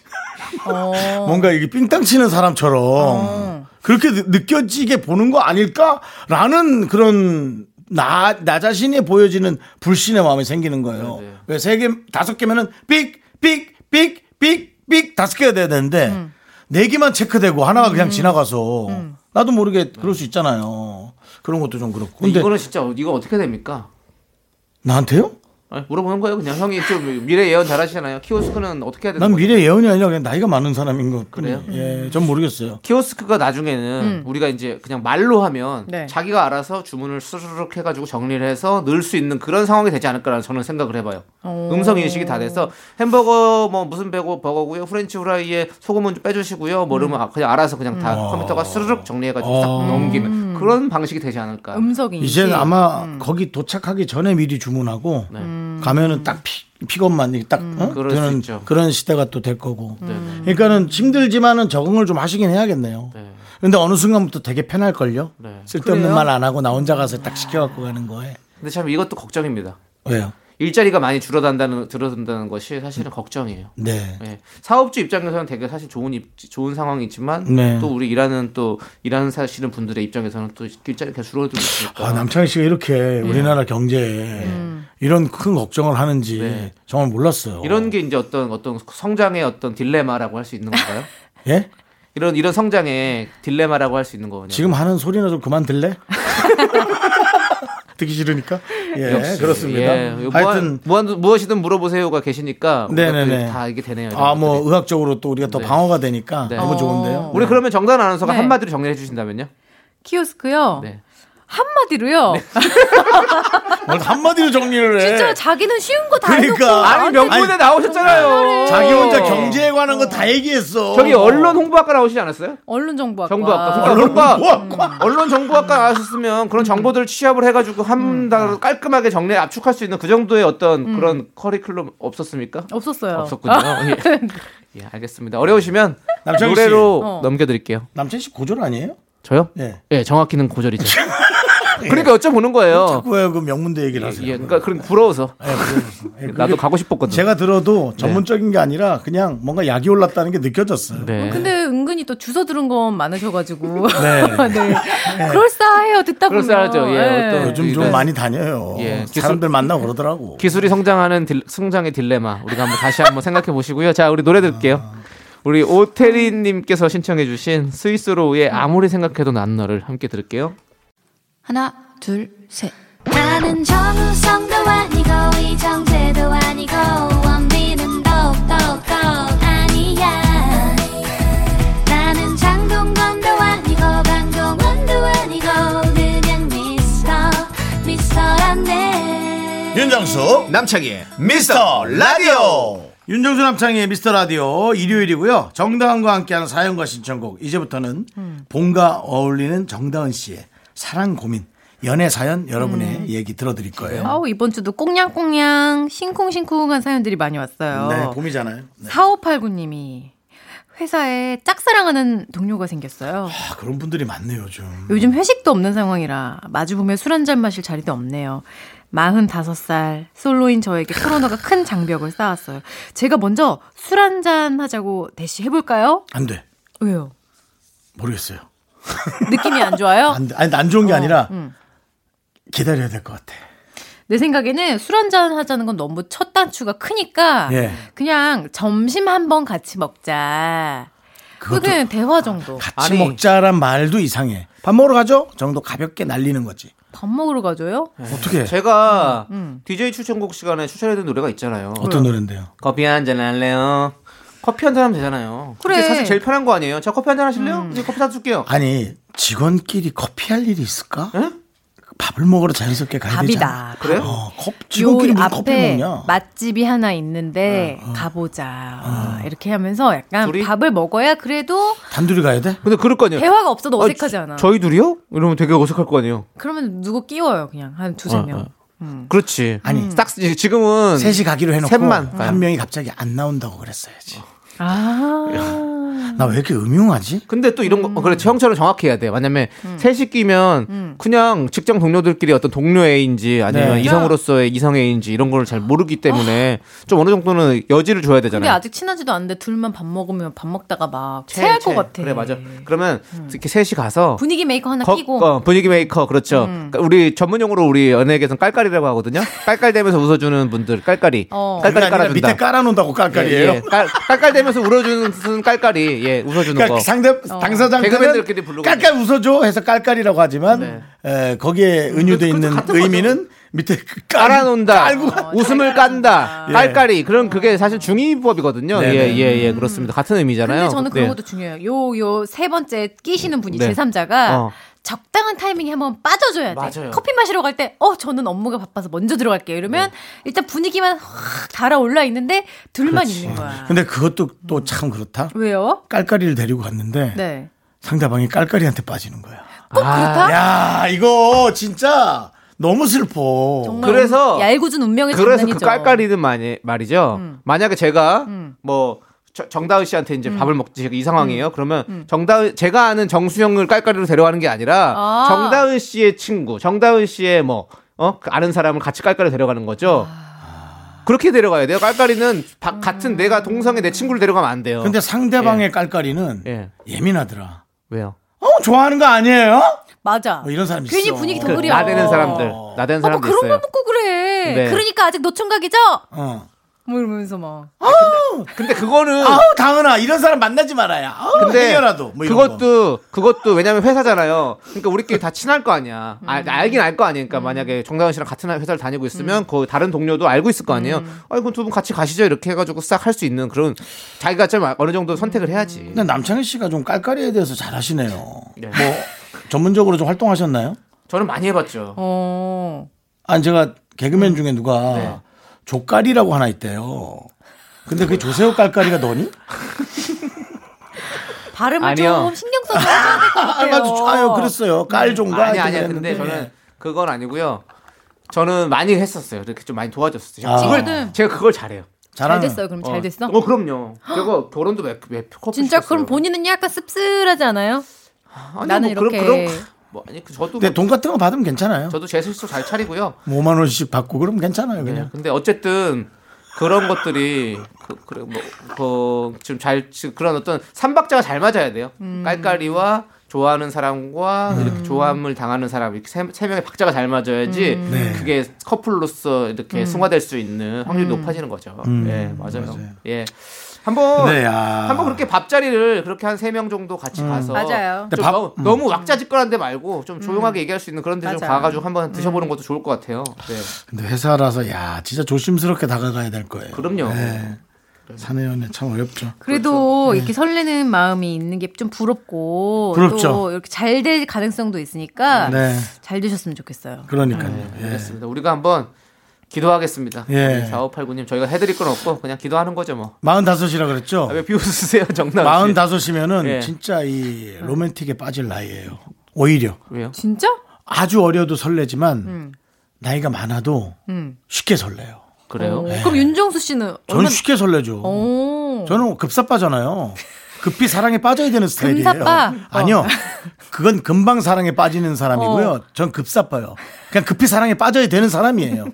Speaker 1: 뭔가 이게 삥땅 치는 사람처럼 그렇게 느- 느껴지게 보는 거 아닐까라는 그런 나, 나 자신이 보여지는 불신의 마음이 생기는 거예요. 왜 세 개, 다섯 개면은 삑, 삑, 삑, 삑, 삑 다섯 개가 돼야 되는데 네 개만 체크되고 하나가 그냥 지나가서 나도 모르게 그럴 수 있잖아요. 그런 것도 좀 그렇고. 근데
Speaker 2: 이거는 진짜 이거 어떻게 됩니까?
Speaker 1: 나한테요?
Speaker 2: 아니, 물어보는 거예요 그냥 형이 좀 미래 예언 잘하시잖아요 키오스크는 어떻게 해야 되는
Speaker 1: 난
Speaker 2: 거예요?
Speaker 1: 미래 예언이 아니라 그냥 나이가 많은 사람인 것
Speaker 2: 네, 뭐. 그래요?
Speaker 1: 뿐이에요. 예, 전 모르겠어요.
Speaker 2: 키오스크가 나중에는 우리가 이제 그냥 말로 하면
Speaker 5: 음. 네.
Speaker 2: 자기가 알아서 주문을 스르륵 해가지고 정리를 해서 넣을 수 있는 그런 상황이 되지 않을까라는 저는 생각을 해봐요.
Speaker 5: 어.
Speaker 2: 음성 인식이 다 돼서 햄버거 뭐 무슨 배고 버거고요, 프렌치 후라이에 소금은 좀 빼주시고요, 뭐
Speaker 5: 음.
Speaker 2: 이러면 아, 그냥 알아서 그냥 다 컴퓨터가 스르륵 정리해가지고 싹 넘기면 그런 방식이 되지 않을까.
Speaker 5: 음. 음성 인식.
Speaker 1: 이제는 아마 거기 도착하기 전에 미리
Speaker 2: 네.
Speaker 1: 주문하고 가면은 딱 피, 픽업만 이렇게 딱 어?
Speaker 2: 음, 그럴 수
Speaker 1: 되는
Speaker 2: 있죠.
Speaker 1: 그런 시대가 또 될 거고.
Speaker 2: 네.
Speaker 1: 그러니까는 힘들지만은 적응을 좀 하시긴 해야겠네요.
Speaker 5: 음.
Speaker 2: 네.
Speaker 1: 근데 어느 순간부터 되게 편할 걸요.
Speaker 2: 네.
Speaker 1: 쓸데없는 말 안 하고 나 혼자 가서 딱 시켜 갖고 가는 거에.
Speaker 2: 근데 참 이것도 걱정입니다.
Speaker 1: 왜요?
Speaker 2: 일자리가 많이 줄어든다는 줄어든다는 것이 사실은 걱정이에요.
Speaker 1: 네.
Speaker 2: 예. 사업주 입장에서는 되게 사실 좋은 입, 좋은 상황이지만
Speaker 1: 네.
Speaker 2: 또 우리 일하는 또 일하는 사시는 분들의 입장에서는 또 길자리 가 줄어들고 있으니까
Speaker 1: 아, 남창희 씨가 이렇게
Speaker 2: 네.
Speaker 1: 우리나라 경제에 이런 큰 걱정을 하는지
Speaker 2: 네.
Speaker 1: 정말 몰랐어요.
Speaker 2: 이런 게 이제 어떤 어떤 성장의 어떤 딜레마라고 할 수 있는 건가요? 네.
Speaker 1: 예?
Speaker 2: 이런 이런 성장의 딜레마라고 할 수 있는 거거든요.
Speaker 1: 지금 하는 소리나 좀 그만 들래? 듣기 싫으니까? 예, 그렇습니다.
Speaker 2: 뭐
Speaker 1: 하여튼,
Speaker 2: 하여튼 무엇이든 물어보세요가 계시니까
Speaker 1: 네네네.
Speaker 2: 우리가 그 다 이게 되네요. 이런
Speaker 1: 아, 뭐, 음.
Speaker 2: 것들이.
Speaker 1: 의학적으로 또 우리가 더
Speaker 2: 네.
Speaker 1: 방어가 되니까
Speaker 2: 네.
Speaker 1: 너무
Speaker 2: 어.
Speaker 1: 좋은데요.
Speaker 2: 우리 그러면 정단 아나운서가
Speaker 5: 네.
Speaker 2: 한마디로 정리해 주신다면요?
Speaker 1: 어.
Speaker 5: 키오스크요.
Speaker 2: 네.
Speaker 5: 한마디로요.
Speaker 1: 뭘 한마디로 정리를 해.
Speaker 2: 네.
Speaker 5: 진짜 자기는 쉬운 거 다 해놓고
Speaker 1: 그러니까.
Speaker 2: 아니 명분에
Speaker 1: 아니,
Speaker 2: 나오셨잖아요.
Speaker 1: 자기 혼자 경제에 관한 거 다 얘기했어.
Speaker 2: 저기 언론 홍보학과 나오시지 않았어요?
Speaker 5: 언론 정보학과.
Speaker 2: 정보학과. 음. 그러니까
Speaker 1: 언론
Speaker 2: 뭔가-
Speaker 1: 홍보학과.
Speaker 2: 언론 정보학과 나왔었으면 그런 정보들을 취합을 해가지고 한다로 깔끔하게 정리 압축할 수 있는 그 정도의 어떤 그런 커리큘럼 없었습니까?
Speaker 5: 없었어요.
Speaker 2: 없었군요. 예. 예, 알겠습니다. 어려우시면
Speaker 1: 남창희 씨.
Speaker 2: 노래로 넘겨드릴게요.
Speaker 1: 남친 씨 고졸 아니에요?
Speaker 2: 저요? 예,
Speaker 1: 예.
Speaker 2: 정확히는 고절이죠. 그러니까 여쭤보는 거예요.
Speaker 1: 왜그 명문대 얘기를 하세요?
Speaker 2: 예, 그러니까 그런 부러워서
Speaker 1: 예, 그래서. 예, 그게
Speaker 2: 나도 가고 네. 싶었거든.
Speaker 1: 제가 들어도 전문적인 게 아니라 그냥 뭔가 약이 올랐다는 게 느껴졌어요.
Speaker 2: 네.
Speaker 5: 근데 은근히 또 주워 들은 건 많으셔가지고.
Speaker 1: 네.
Speaker 5: 네. 그럴싸해요, 듣다 보면. 네.
Speaker 2: 그럴싸하죠, 예, 어떤-
Speaker 1: 요즘 좀
Speaker 2: 이런-
Speaker 1: 많이 다녀요.
Speaker 2: 예, 기술-
Speaker 1: 사람들 만나고 그러더라고.
Speaker 2: 기술이 성장하는 딜- 성장의 딜레마 우리가 한번 다시 한번 생각해 보시고요. 자, 우리 노래 들을게요. 우리 오태리님께서 신청해주신 스위스로우의 아무리 생각해도 난 너를 함께 들을게요.
Speaker 6: 하나, 둘, 셋.
Speaker 3: 나는 정우성도 아니고 이정재도 아니고 원빈은 더욱더 아니야 나는 장동건도 아니고 강동원도 아니고 그냥 미스터 미스터란데
Speaker 7: 윤정수 남창희의 미스터 라디오
Speaker 1: 윤정수 남창의 미스터 라디오 일요일이고요. 정다은과 함께하는 사연과 신청곡. 이제부터는 봄과 어울리는 정다은 씨의 사랑 고민, 연애 사연 여러분의 얘기 들어드릴 거예요.
Speaker 5: 아우, 이번 주도 꽁냥꽁냥, 싱쿵싱쿵한 사연들이 많이 왔어요.
Speaker 1: 네, 봄이잖아요. 네.
Speaker 5: 4589님이 회사에 짝사랑하는 동료가 생겼어요.
Speaker 1: 아, 그런 분들이 많네요, 요즘.
Speaker 5: 요즘 회식도 없는 상황이라 마주보며 술 한 잔 마실 자리도 없네요. 45살 솔로인 저에게 코로나가 큰 장벽을 쌓았어요. 제가 먼저 술 한 잔 하자고 대시 해볼까요?
Speaker 1: 안 돼.
Speaker 5: 왜요?
Speaker 1: 모르겠어요.
Speaker 5: 느낌이 안 좋아요?
Speaker 1: 안 돼. 아니, 안 좋은 게 아니라
Speaker 5: 어. 음.
Speaker 1: 기다려야 될 것 같아.
Speaker 5: 내 생각에는 술 한 잔 하자는 건 너무 첫 단추가 크니까
Speaker 1: 예.
Speaker 5: 그냥 점심 한 번 같이 먹자.
Speaker 1: 그것도-
Speaker 5: 그게 대화 정도.
Speaker 1: 같이
Speaker 2: 아니.
Speaker 1: 먹자란 말도 이상해. 밥 먹으러 가죠? 정도 가볍게 날리는 거지.
Speaker 5: 밥 먹으러 가줘요?
Speaker 1: 어떻게?
Speaker 2: 네. 제가 DJ 추천곡 시간에 추천해드린 노래가
Speaker 1: 음.
Speaker 2: 있잖아요.
Speaker 1: 어떤 노래인데요?
Speaker 2: 커피 한 잔 할래요? 커피 한 잔 하면 되잖아요.
Speaker 5: 그래.
Speaker 2: 그게 사실 제일 편한 거 아니에요? 저 커피 한 잔 하실래요?
Speaker 1: 음.
Speaker 2: 이제 커피 사줄게요.
Speaker 1: 아니 직원끼리 커피할 일이 있을까? 밥을 먹으러 자연스럽게 가야 되잖아.
Speaker 5: 밥이다.
Speaker 2: 그래요?
Speaker 1: 어, 컵,
Speaker 5: 요
Speaker 1: 직원끼리 무슨 커피
Speaker 5: 앞에
Speaker 1: 먹냐? 네. 어.
Speaker 5: 맛집이 하나 있는데 가보자
Speaker 1: 아.
Speaker 5: 이렇게 하면서 약간
Speaker 2: 둘이?
Speaker 5: 밥을 먹어야 그래도
Speaker 1: 단둘이 가야 돼?
Speaker 2: 근데 그럴
Speaker 1: 네.
Speaker 2: 거 아니에요.
Speaker 5: 대화가 없어도
Speaker 2: 아,
Speaker 5: 어색하지 않아.
Speaker 2: 저희 둘이요? 이러면 되게 어색할 거 아니에요.
Speaker 5: 그러면 누구 끼워요 그냥 한 두세
Speaker 2: 어,
Speaker 5: 명.
Speaker 2: 어. 그렇지.
Speaker 1: 아니.
Speaker 2: 음. 딱 지금은
Speaker 1: 셋이 가기로 해놓고
Speaker 2: 셋만
Speaker 1: 한 명이 갑자기 안 나온다고 그랬어야지.
Speaker 5: 아
Speaker 1: 나 왜 이렇게 음흉하지?
Speaker 2: 근데 또 이런 거 그래 형처럼 정확해야 돼. 왜냐면
Speaker 5: 음.
Speaker 2: 셋이 끼면 그냥 직장 동료들끼리 어떤 동료애인지 아니면
Speaker 1: 네.
Speaker 2: 이성으로서의 이성애인지 이런 걸 잘 모르기 때문에 좀 어느 정도는 여지를 줘야
Speaker 5: 근데
Speaker 2: 되잖아요.
Speaker 5: 아직 친하지도 않은데 둘만 밥 먹으면 밥 먹다가 막
Speaker 2: 채,
Speaker 5: 체할
Speaker 2: 채.
Speaker 5: 것 같아. 음.
Speaker 2: 그래 맞아. 그러면 이렇게 셋이 가서
Speaker 5: 분위기 메이커 하나
Speaker 2: 거-
Speaker 5: 끼고 음.
Speaker 2: 어, 분위기 메이커 그렇죠. 그러니까 우리 전문용어로 우리 연예계에서는 깔깔이라고 하거든요. 깔깔대면서 웃어주는 분들 깔깔이.
Speaker 5: 어.
Speaker 2: 깔깔이
Speaker 1: 아니라
Speaker 2: 깔아준다.
Speaker 1: 밑에 깔아놓는다고 깔깔이에요.
Speaker 2: 예, 예. 깔, 깔깔대면서 울어주는 깔깔이. 예, 웃어주는
Speaker 1: 그러니까
Speaker 2: 거.
Speaker 1: 상대 당사자들은
Speaker 2: 개그맨들끼리 부르고
Speaker 1: 깔깔 웃어줘 해서 깔깔이라고 하지만
Speaker 2: 네.
Speaker 1: 에, 거기에 은유돼
Speaker 2: 그것도
Speaker 1: 있는
Speaker 2: 같은
Speaker 1: 의미는 밑에 그 깔-
Speaker 2: 깔아놓는다.
Speaker 1: 깔고 가-
Speaker 5: 어,
Speaker 2: 웃음을 깐다.
Speaker 1: 예.
Speaker 2: 깔깔이. 그런 그게 사실 중의법이거든요.
Speaker 1: 네네.
Speaker 2: 예, 예, 예. 그렇습니다. 같은 의미잖아요.
Speaker 5: 근데 저는
Speaker 2: 네.
Speaker 5: 그런 것도 중요해요. 요, 요 세 번째 끼시는 분이
Speaker 2: 네.
Speaker 5: 제삼자가
Speaker 2: 어.
Speaker 5: 적당한 타이밍에 한번 빠져줘야 돼.
Speaker 2: 맞아요.
Speaker 5: 커피 마시러 갈 때, 어, 저는 업무가 바빠서 먼저 들어갈게요. 이러면
Speaker 2: 네.
Speaker 5: 일단 분위기만 확 달아올라 있는데 둘만 있는 거야.
Speaker 1: 근데 그것도 또 참 그렇다.
Speaker 5: 왜요?
Speaker 1: 깔깔이를 데리고 갔는데
Speaker 5: 네.
Speaker 1: 상대방이 깔깔이한테 빠지는 거야.
Speaker 5: 꼭
Speaker 2: 아,
Speaker 5: 그렇다?
Speaker 1: 야 이거 진짜 너무 슬퍼.
Speaker 5: 정말
Speaker 2: 그래서-
Speaker 5: 운- 얄궂은 운명의
Speaker 2: 그래서 그
Speaker 5: 장난이죠. 음.
Speaker 2: 깔깔이는 많이, 말이죠. 만약에 제가 뭐 저- 정다은 씨한테 이제 밥을 먹지 이
Speaker 5: 음.
Speaker 2: 상황이에요. 그러면 정다은 제가 아는 정수영을 깔깔이로 데려가는 게 아니라
Speaker 5: 아.
Speaker 2: 정다은 씨의 친구, 정다은 씨의 뭐 어? 그 아는 사람을 같이 깔깔이로 데려가는 거죠.
Speaker 5: 아.
Speaker 2: 그렇게 데려가야 돼요. 깔깔이는 바- 같은 내가 동성애 내 친구를 데려가면 안 돼요.
Speaker 1: 근데 상대방의 깔깔이는
Speaker 2: 예.
Speaker 1: 예민하더라.
Speaker 2: 왜요?
Speaker 1: 어 좋아하는 거 아니에요?
Speaker 5: 맞아.
Speaker 1: 뭐 이런 사람이
Speaker 5: 괜히
Speaker 1: 있어.
Speaker 5: 분위기 더
Speaker 2: 그
Speaker 5: 그려.
Speaker 2: 나대는 사람들, 나대는
Speaker 5: 아,
Speaker 2: 사람들
Speaker 5: 뭐 그런 걸
Speaker 2: 있어요.
Speaker 5: 묻고 그래.
Speaker 2: 네.
Speaker 5: 그러니까 아직 노총각이죠?
Speaker 1: 어.
Speaker 5: 뭐 이러면서 막.
Speaker 2: 근데 그거는
Speaker 1: 아우 당은아 이런 사람 만나지 말아야. 아우
Speaker 2: 근데
Speaker 1: 해결라도 뭐 이런 거.
Speaker 2: 그것도 그것도 왜냐면 회사잖아요. 그러니까 우리끼리 다 친할 거 아니야. 아, 알긴 알 거 아니니까 만약에 정다은 씨랑 같은 회사를 다니고 있으면 그 다른 동료도 알고 있을 거 아니에요. 아이 그럼 두 분 같이 가시죠 이렇게 해가지고 싹 할 수 있는 그런 자기가 좀 어느 정도 선택을 해야지.
Speaker 1: 근데 남창희 씨가 좀 깔깔이에 대해서 잘하시네요. 뭐 전문적으로 좀 활동하셨나요?
Speaker 2: 저는 많이 해봤죠.
Speaker 5: 어.
Speaker 1: 아니 제가 개그맨 중에 누가
Speaker 2: 네.
Speaker 1: 조깔이라고 하나 있대요. 근데 그 조세호 깔깔이가 너니?
Speaker 5: 발음을
Speaker 2: 아니요.
Speaker 5: 좀 신경 써서 해줘야 될것
Speaker 1: 아,
Speaker 5: 같아요.
Speaker 1: 맞아. 아유, 그랬어요. 깔종가.
Speaker 2: 네. 아니 아니
Speaker 1: 이렇게
Speaker 2: 근데
Speaker 1: 했는데.
Speaker 2: 저는 그건 아니고요. 저는 많이 했었어요. 이렇게 좀 많이 도와줬어요.
Speaker 1: 아.
Speaker 2: 제가 그걸
Speaker 5: 지금.
Speaker 2: 제가 그걸 잘해요.
Speaker 5: 잘
Speaker 1: 잘하는.
Speaker 5: 됐어요. 그럼
Speaker 2: 어.
Speaker 5: 잘 됐어?
Speaker 2: 어 그럼요. 제가 결혼도 몇몇 커플
Speaker 5: 진짜
Speaker 2: 시켰어요.
Speaker 5: 그럼 본인은 약간 씁쓸하지 않아요?
Speaker 2: 아니,
Speaker 5: 나는
Speaker 2: 뭐 그런-
Speaker 5: 이렇게-
Speaker 2: 그런- 뭐 아니 그 저도 뭐,
Speaker 1: 근데 돈 같은 거 받으면 괜찮아요.
Speaker 2: 저도 제 스스로 잘 차리고요.
Speaker 1: 5만 원씩 받고 그러면 괜찮아요.
Speaker 2: 네,
Speaker 1: 그냥.
Speaker 2: 근데 어쨌든 그런 것들이 그, 그래 뭐 그, 지금 잘 지금 그런 어떤 삼박자가 잘 맞아야 돼요.
Speaker 5: 음.
Speaker 2: 깔깔이와 좋아하는 사람과 이렇게 조함을 당하는 사람 이렇게 세, 세 명의 박자가 잘 맞아야지
Speaker 5: 음.
Speaker 1: 네.
Speaker 2: 그게 커플로서 이렇게 승화될 수 있는 확률이
Speaker 5: 음.
Speaker 2: 높아지는 거죠. 예, 맞아요. 예. 한번
Speaker 1: 네, 아. 음.
Speaker 2: 한번 그렇게 밥자리를 그렇게 한 세 명 정도 같이 가서
Speaker 5: 맞아요. 음.
Speaker 2: 좀
Speaker 1: 밥- 음.
Speaker 2: 너무, 너무 왁자지껄한 데 말고 좀 조용하게 얘기할 수 있는 그런 데 좀
Speaker 5: 맞아요. 음.
Speaker 2: 가가지고 한번 드셔보는 것도 좋을 것 같아요. 네.
Speaker 1: 근데 회사라서 야, 진짜 조심스럽게 다가가야 될 거예요.
Speaker 2: 그럼요.
Speaker 1: 네. 사내연애 참 어렵죠.
Speaker 5: 그래도
Speaker 2: 네.
Speaker 5: 이렇게 설레는 마음이 있는 게 좀 부럽고
Speaker 1: 부럽죠.
Speaker 5: 또 이렇게 잘 될 가능성도 있으니까
Speaker 1: 네.
Speaker 5: 잘 되셨으면 좋겠어요.
Speaker 1: 그러니까요.
Speaker 2: 네.
Speaker 1: 예.
Speaker 2: 알겠습니다. 우리가 한번 기도하겠습니다.
Speaker 1: 예.
Speaker 2: 4589님 저희가 해드릴 건 없고 그냥 기도하는 거죠 뭐.
Speaker 1: 45이라 그랬죠?
Speaker 2: 아, 왜 비웃으세요 정남 씨?
Speaker 1: 45이면은
Speaker 2: 예.
Speaker 1: 진짜 이 로맨틱에 빠질 나이예요. 오히려
Speaker 2: 왜요?
Speaker 5: 진짜?
Speaker 1: 아주 어려도 설레지만
Speaker 2: 음.
Speaker 1: 나이가 많아도
Speaker 5: 음.
Speaker 1: 쉽게 설레요.
Speaker 2: 그래요?
Speaker 5: 어, 그럼 윤정수 씨는
Speaker 1: 전
Speaker 5: 얼마나
Speaker 1: 쉽게 설레죠.
Speaker 2: 어,
Speaker 5: 오.
Speaker 1: 저는 급사빠잖아요. 급히 사랑에 빠져야 되는 스타일이에요.
Speaker 5: 금사빠? 어.
Speaker 1: 아니요. 그건 금방 사랑에 빠지는 사람이고요. 전 급사빠요. 그냥 급히 사랑에 빠져야 되는 사람이에요.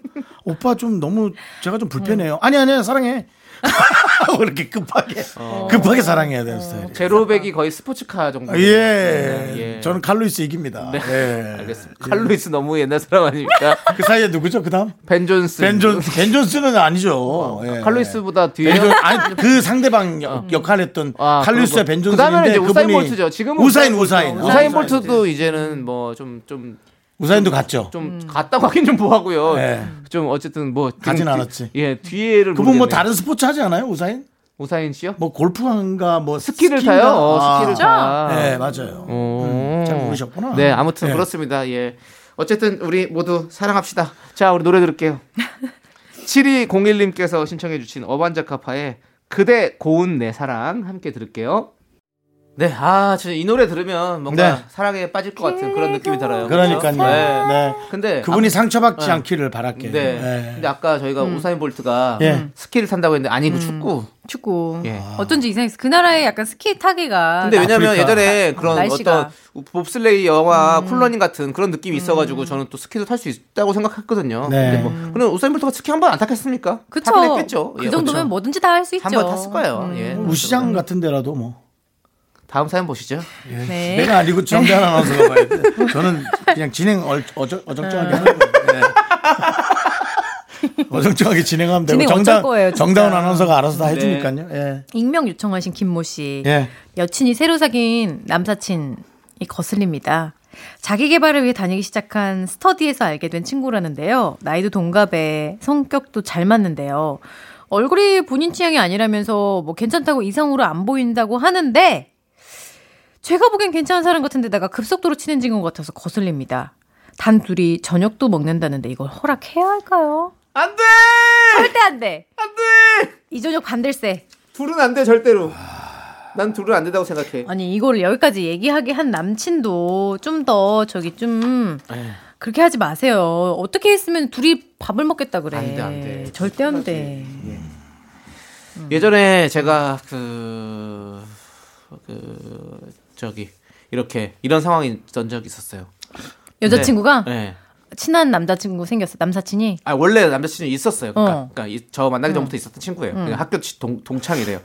Speaker 1: 오빠 좀 너무 제가 좀
Speaker 5: 음.
Speaker 1: 불편해요. 아니 아니 사랑해. 그렇게 급하게
Speaker 2: 어.
Speaker 1: 급하게 사랑해야
Speaker 5: 어.
Speaker 1: 되는 스타일이에요.
Speaker 2: 제로백이 거의 스포츠카 정도.
Speaker 1: 예.
Speaker 2: 예. 네.
Speaker 1: 저는 칼로이스 이깁니다. 예.
Speaker 2: 알겠습니다. 칼루이스 너무 옛날 사람 아닙니까?
Speaker 1: 그 사이에 누구죠? 그다음
Speaker 2: 벤 존슨.
Speaker 1: 벤존 벤존스는 아니죠. 예.
Speaker 2: 네, 어, 칼루이스보다 뒤에
Speaker 1: 벤존- 아니 그 상대방 역- 역할했던
Speaker 2: 어. 아,
Speaker 1: 칼루이스와
Speaker 2: 그리고-
Speaker 1: 벤존스인데
Speaker 2: 그다음에는 이제 우사인
Speaker 1: 그분이-
Speaker 2: 볼트죠. 지금은
Speaker 1: 우사인 우사인
Speaker 2: 우사인, 볼트도 이제는 뭐 좀 좀 좀
Speaker 1: 우사인도 갔죠.
Speaker 2: 갔다고 하긴 좀 뭐하고요.
Speaker 1: 예.
Speaker 2: 좀 어쨌든 뭐
Speaker 1: 가진
Speaker 2: 뒤-
Speaker 1: 않았지.
Speaker 2: 예
Speaker 1: 그분
Speaker 2: 뒤에를
Speaker 1: 뭐
Speaker 2: 모르겠네요.
Speaker 1: 다른 스포츠 하지 않아요? 우사인?
Speaker 2: 우사인 씨요?
Speaker 1: 뭐 골프인가 뭐
Speaker 2: 스키를
Speaker 1: 스키인가?
Speaker 2: 타요. 어,
Speaker 1: 아.
Speaker 2: 스키를 타. 어.
Speaker 1: 네 맞아요.
Speaker 2: 오.
Speaker 1: 잘 모르셨구나.
Speaker 2: 네, 아무튼
Speaker 1: 네.
Speaker 2: 그렇습니다. 예. 어쨌든 우리 모두 사랑합시다. 자, 우리 노래 들을게요. 7201님께서 신청해 주신 어반자카파의 그대 고운 내 사랑 함께 들을게요. 네, 아, 진짜 이 노래 들으면 뭔가
Speaker 1: 네.
Speaker 2: 사랑에 빠질 것 같은 그런 느낌이 들어요. 그렇죠?
Speaker 1: 그러니까요.
Speaker 2: 네.
Speaker 1: 네.
Speaker 2: 근데
Speaker 1: 그분이 상처받지
Speaker 2: 네.
Speaker 1: 않기를 바랄게요.
Speaker 2: 아, 네.
Speaker 1: 네.
Speaker 2: 근데 아까 저희가 우사인 볼트가
Speaker 1: 예. 음.
Speaker 2: 스키를 탄다고 했는데 아니 그 축구.
Speaker 5: 축구.
Speaker 2: 예.
Speaker 5: 어쩐지 이상했어. 그 나라에 약간 스키 타기가
Speaker 2: 근데 왜냐면
Speaker 1: 아프리카.
Speaker 2: 예전에 그런
Speaker 5: 날씨가. 음.
Speaker 2: 어떤 봅슬레이 영화 쿨러닝 같은 그런 느낌이 있어가지고 저는 또 스키도 탈 수 있다고 생각했거든요.
Speaker 1: 네.
Speaker 2: 근데 뭐 근데 우사인 볼트가 스키 한 번 안 탔겠습니까?
Speaker 5: 그쵸.
Speaker 2: 타긴 했겠죠.
Speaker 5: 그
Speaker 2: 예,
Speaker 5: 정도면
Speaker 2: 그쵸.
Speaker 5: 뭐든지 다 할 수 있죠. 음.
Speaker 2: 한번 탔을 거예요. 예.
Speaker 1: 음. 우시장 같은 데라도 뭐
Speaker 2: 다음 사연 보시죠.
Speaker 5: 네.
Speaker 1: 내가 아니고 정대한 아나운서가 봐야 돼. 저는 그냥 진행 얼- 어정,
Speaker 5: 아.
Speaker 1: 어정쩡하게 하는 거예요. 네. 어정쩡하게 진행하면 되고
Speaker 5: 진행 어쩔
Speaker 1: 정당
Speaker 5: 거예요, 진짜.
Speaker 1: 정다운 아나운서가 알아서 다
Speaker 2: 네.
Speaker 1: 해주니까요. 예.
Speaker 5: 익명 요청하신 김모 씨.
Speaker 1: 예.
Speaker 5: 여친이 새로 사귄 남사친이 거슬립니다. 자기 개발을 위해 다니기 시작한 스터디에서 알게 된 친구라는데요. 나이도 동갑에 성격도 잘 맞는데요. 얼굴이 본인 취향이 아니라면서 뭐 괜찮다고 이상으로 안 보인다고 하는데 제가 보기엔 괜찮은 사람 같은데 내가 급속도로 친해진 것 같아서 거슬립니다. 단 둘이 저녁도 먹는다는데 이걸 허락해야 할까요?
Speaker 2: 안 돼!
Speaker 5: 절대 안 돼.
Speaker 2: 안 돼!
Speaker 5: 이 저녁 반댈세.
Speaker 2: 둘은 안 돼, 절대로. 난 둘은 안 된다고 생각해.
Speaker 5: 아니 이거를 여기까지 얘기하게 한 남친도 좀 더 저기 좀
Speaker 2: 예.
Speaker 5: 그렇게 하지 마세요. 어떻게 했으면 둘이 밥을 먹겠다 그래.
Speaker 2: 안 돼, 안 돼.
Speaker 5: 절대 안 돼.
Speaker 2: 음. 예전에 제가 그, 그, 저기, 이렇게, 이런 상황이 던 적이 있었어요.
Speaker 5: 여자친구가
Speaker 2: 네.
Speaker 5: 친한 남자친구 생겼어. 남사친이.
Speaker 2: 아 원래 남자친구 있었어요. 그러니까,
Speaker 5: 어. 음.
Speaker 2: 그러니까 이- 저 만나기 전부터 있었던 친구예요. 그냥 학교 치- 동, 동창이래요.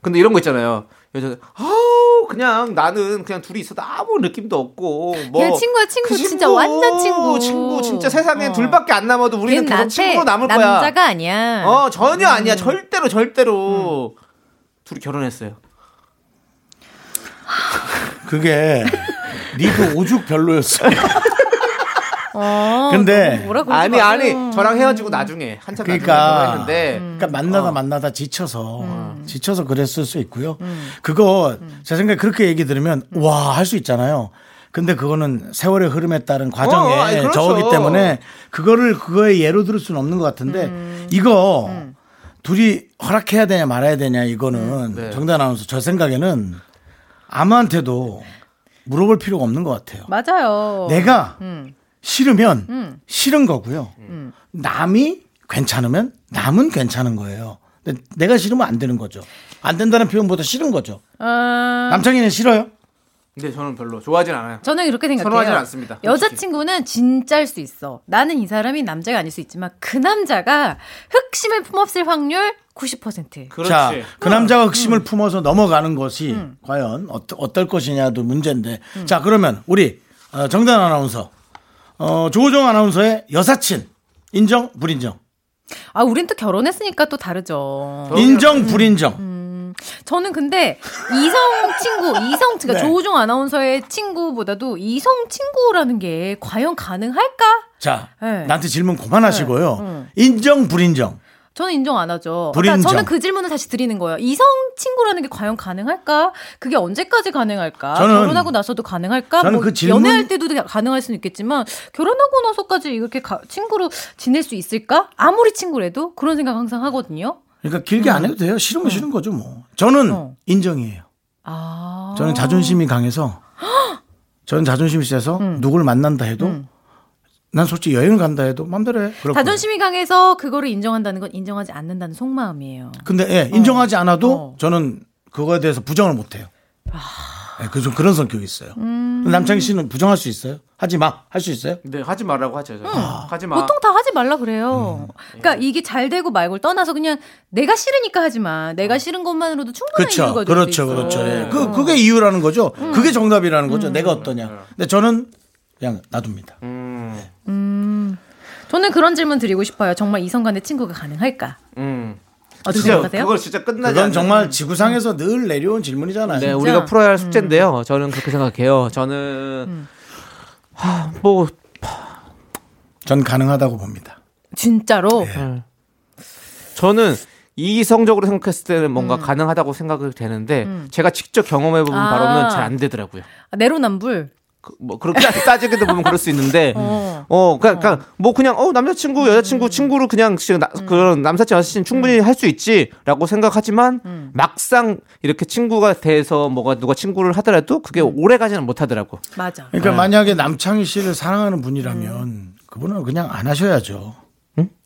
Speaker 2: 근데 이런 거 있잖아요. 여자 아우 그냥 나는 그냥 둘이 있어도 아무 느낌도 없고 뭐
Speaker 5: 그냥 친구야, 친구. 진짜 완전 친구.
Speaker 2: 친구 진짜 세상에
Speaker 5: 어.
Speaker 2: 둘밖에 안 남아도 우리는
Speaker 5: 걔는
Speaker 2: 계속
Speaker 5: 나한테
Speaker 2: 친구로 남을 거야.
Speaker 5: 남자가 음. 아니야.
Speaker 2: 어 전혀 아니야 절대로 절대로
Speaker 5: 음.
Speaker 2: 둘이 결혼했어요.
Speaker 1: 그게 니도 오죽 별로였어요.
Speaker 5: 어,
Speaker 1: 근데
Speaker 5: 너무 뭐라 그러지
Speaker 2: 아니
Speaker 5: 마세요. 음.
Speaker 2: 아니 저랑 헤어지고 나중에 한참
Speaker 1: 그러니까.
Speaker 2: 나중에 결혼했는데 어. 음.
Speaker 1: 그러니까 만나다 만나다 지쳐서 지쳐서 그랬을 수 있고요. 그거 제 생각에 그렇게 얘기 들으면
Speaker 2: 음.
Speaker 1: 와 할 수 있잖아요. 근데 그거는 세월의 흐름에 따른 과정에
Speaker 2: 아니, 그렇죠.
Speaker 1: 저어기 때문에 그거를 그거의 예로 들을 수는 없는 것 같은데
Speaker 2: 음.
Speaker 1: 이거 둘이 허락해야 되냐 말아야 되냐 이거는
Speaker 2: 네.
Speaker 1: 정답 아나운서 저 생각에는 아무한테도 물어볼 필요가 없는 것 같아요.
Speaker 5: 맞아요.
Speaker 1: 내가 싫으면 싫은 거고요. 남이 괜찮으면 남은 괜찮은 거예요. 근데 내가 싫으면 안 되는 거죠. 안 된다는 표현보다 싫은 거죠.
Speaker 5: 어,
Speaker 1: 남창이는 싫어요?
Speaker 2: 근데 저는 별로 좋아하진 않아요.
Speaker 5: 저는 이렇게 생각해요.
Speaker 2: 선호하진 않습니다.
Speaker 5: 여자친구는 진짜일 수 있어. 나는 이 사람이 남자가 아닐 수 있지만 그 남자가 흑심을 품었을 확률 90%.
Speaker 2: 그렇지.
Speaker 1: 자, 그 남자가 흑심을 품어서 넘어가는 것이 과연 어떠, 어떨 것이냐도 문제인데. 자, 그러면 우리 어, 정단 아나운서, 어, 조호정 아나운서의 여사친 인정 불인정,
Speaker 5: 아, 우린 또 결혼했으니까 또 다르죠.
Speaker 1: 인정 불인정.
Speaker 5: 저는 근데 이성 친구, 이성 그러니까
Speaker 1: 네.
Speaker 5: 조우종 아나운서의 친구보다도 이성 친구라는 게 과연 가능할까?
Speaker 1: 자,
Speaker 5: 네.
Speaker 1: 나한테 질문 그만하시고요. 인정 불인정.
Speaker 5: 저는 인정 안 하죠.
Speaker 1: 불인정.
Speaker 5: 그러니까 저는 그 질문을 다시 드리는 거예요. 이성 친구라는 게 과연 가능할까? 그게 언제까지 가능할까?
Speaker 1: 저는-
Speaker 5: 결혼하고 나서도 가능할까?
Speaker 1: 저는
Speaker 5: 뭐
Speaker 1: 그 질문-
Speaker 5: 연애할 때도 가능할 수는 있겠지만 결혼하고 나서까지 이렇게 가- 친구로 지낼 수 있을까? 아무리 친구래도 그런 생각 항상 하거든요.
Speaker 1: 그러니까 길게 안 해도 돼요. 싫으면 싫은 거죠, 뭐. 저는
Speaker 5: 어.
Speaker 1: 인정이에요.
Speaker 5: 아.
Speaker 1: 저는 자존심이 강해서 저는 자존심이 세서
Speaker 5: 음.
Speaker 1: 누굴 만난다 해도 난 솔직히 여행을 간다 해도 마음대로 해. 그렇고.
Speaker 5: 자존심이 강해서 그거를 인정한다는 건 인정하지 않는다는 속마음이에요.
Speaker 1: 근데 예, 인정하지 않아도
Speaker 5: 어. 아.
Speaker 1: 저는 그거에 대해서 부정을 못 해요. 예, 그좀 그런 성격이 있어요.
Speaker 5: 음.
Speaker 1: 남창희 씨는 부정할 수 있어요? 하지 마. 할 수 있어요?
Speaker 2: 네 하지 말라고 하죠. 저는.
Speaker 5: 음.
Speaker 2: 하지 마.
Speaker 5: 보통 다 하지 말라 그래요. 그러니까 이게 잘 되고 말고를 떠나서 그냥 내가 싫으니까 하지 마. 내가 싫은 것만으로도 충분한
Speaker 1: 그렇죠.
Speaker 5: 이유가 될수 음.
Speaker 1: 그렇죠.
Speaker 5: 있어.
Speaker 1: 그렇죠. 예. 그 그게 이유라는 거죠. 그게 정답이라는
Speaker 5: 음.
Speaker 1: 거죠. 내가 어떠냐. 근데 저는 그냥 놔둡니다.
Speaker 5: 저는 그런 질문 드리고 싶어요. 정말 이성 간의 친구가 가능할까?
Speaker 2: 음.
Speaker 5: 어떻게
Speaker 2: 진짜
Speaker 5: 생각하세요?
Speaker 2: 그걸 진짜 끝나지
Speaker 1: 그건
Speaker 2: 않는
Speaker 1: 정말 지구상에서 늘 내려온 질문이잖아요.
Speaker 2: 네, 우리가 풀어야
Speaker 5: 음.
Speaker 2: 할 숙제인데요. 저는 그렇게 생각해요. 저는 하, 뭐
Speaker 1: 전 가능하다고 봅니다.
Speaker 5: 진짜로?
Speaker 2: 저는 이성적으로 생각했을 때는 뭔가 가능하다고 생각이 되는데 제가 직접 경험해 보면
Speaker 5: 음. 아.
Speaker 2: 바로는 잘 안 되더라고요.
Speaker 5: 아, 내로남불.
Speaker 2: 그, 뭐 그렇게 따지게 보면 그럴 수 있는데
Speaker 5: 어. 음.
Speaker 2: 어, 그러니까, 그러니까 뭐 그냥 어 남자친구 여자친구 친구로 그냥 지금 나- 그런 남사친 여사친 충분히 할 수 있지라고 생각하지만
Speaker 5: 음.
Speaker 2: 막상 이렇게 친구가 돼서 뭐가 누가 친구를 하더라도 그게
Speaker 5: 음.
Speaker 2: 오래 가지는 못하더라고.
Speaker 5: 맞아.
Speaker 2: 네.
Speaker 1: 그러니까 만약에 남창희 씨를 사랑하는 분이라면 그분은 그냥 안 하셔야죠.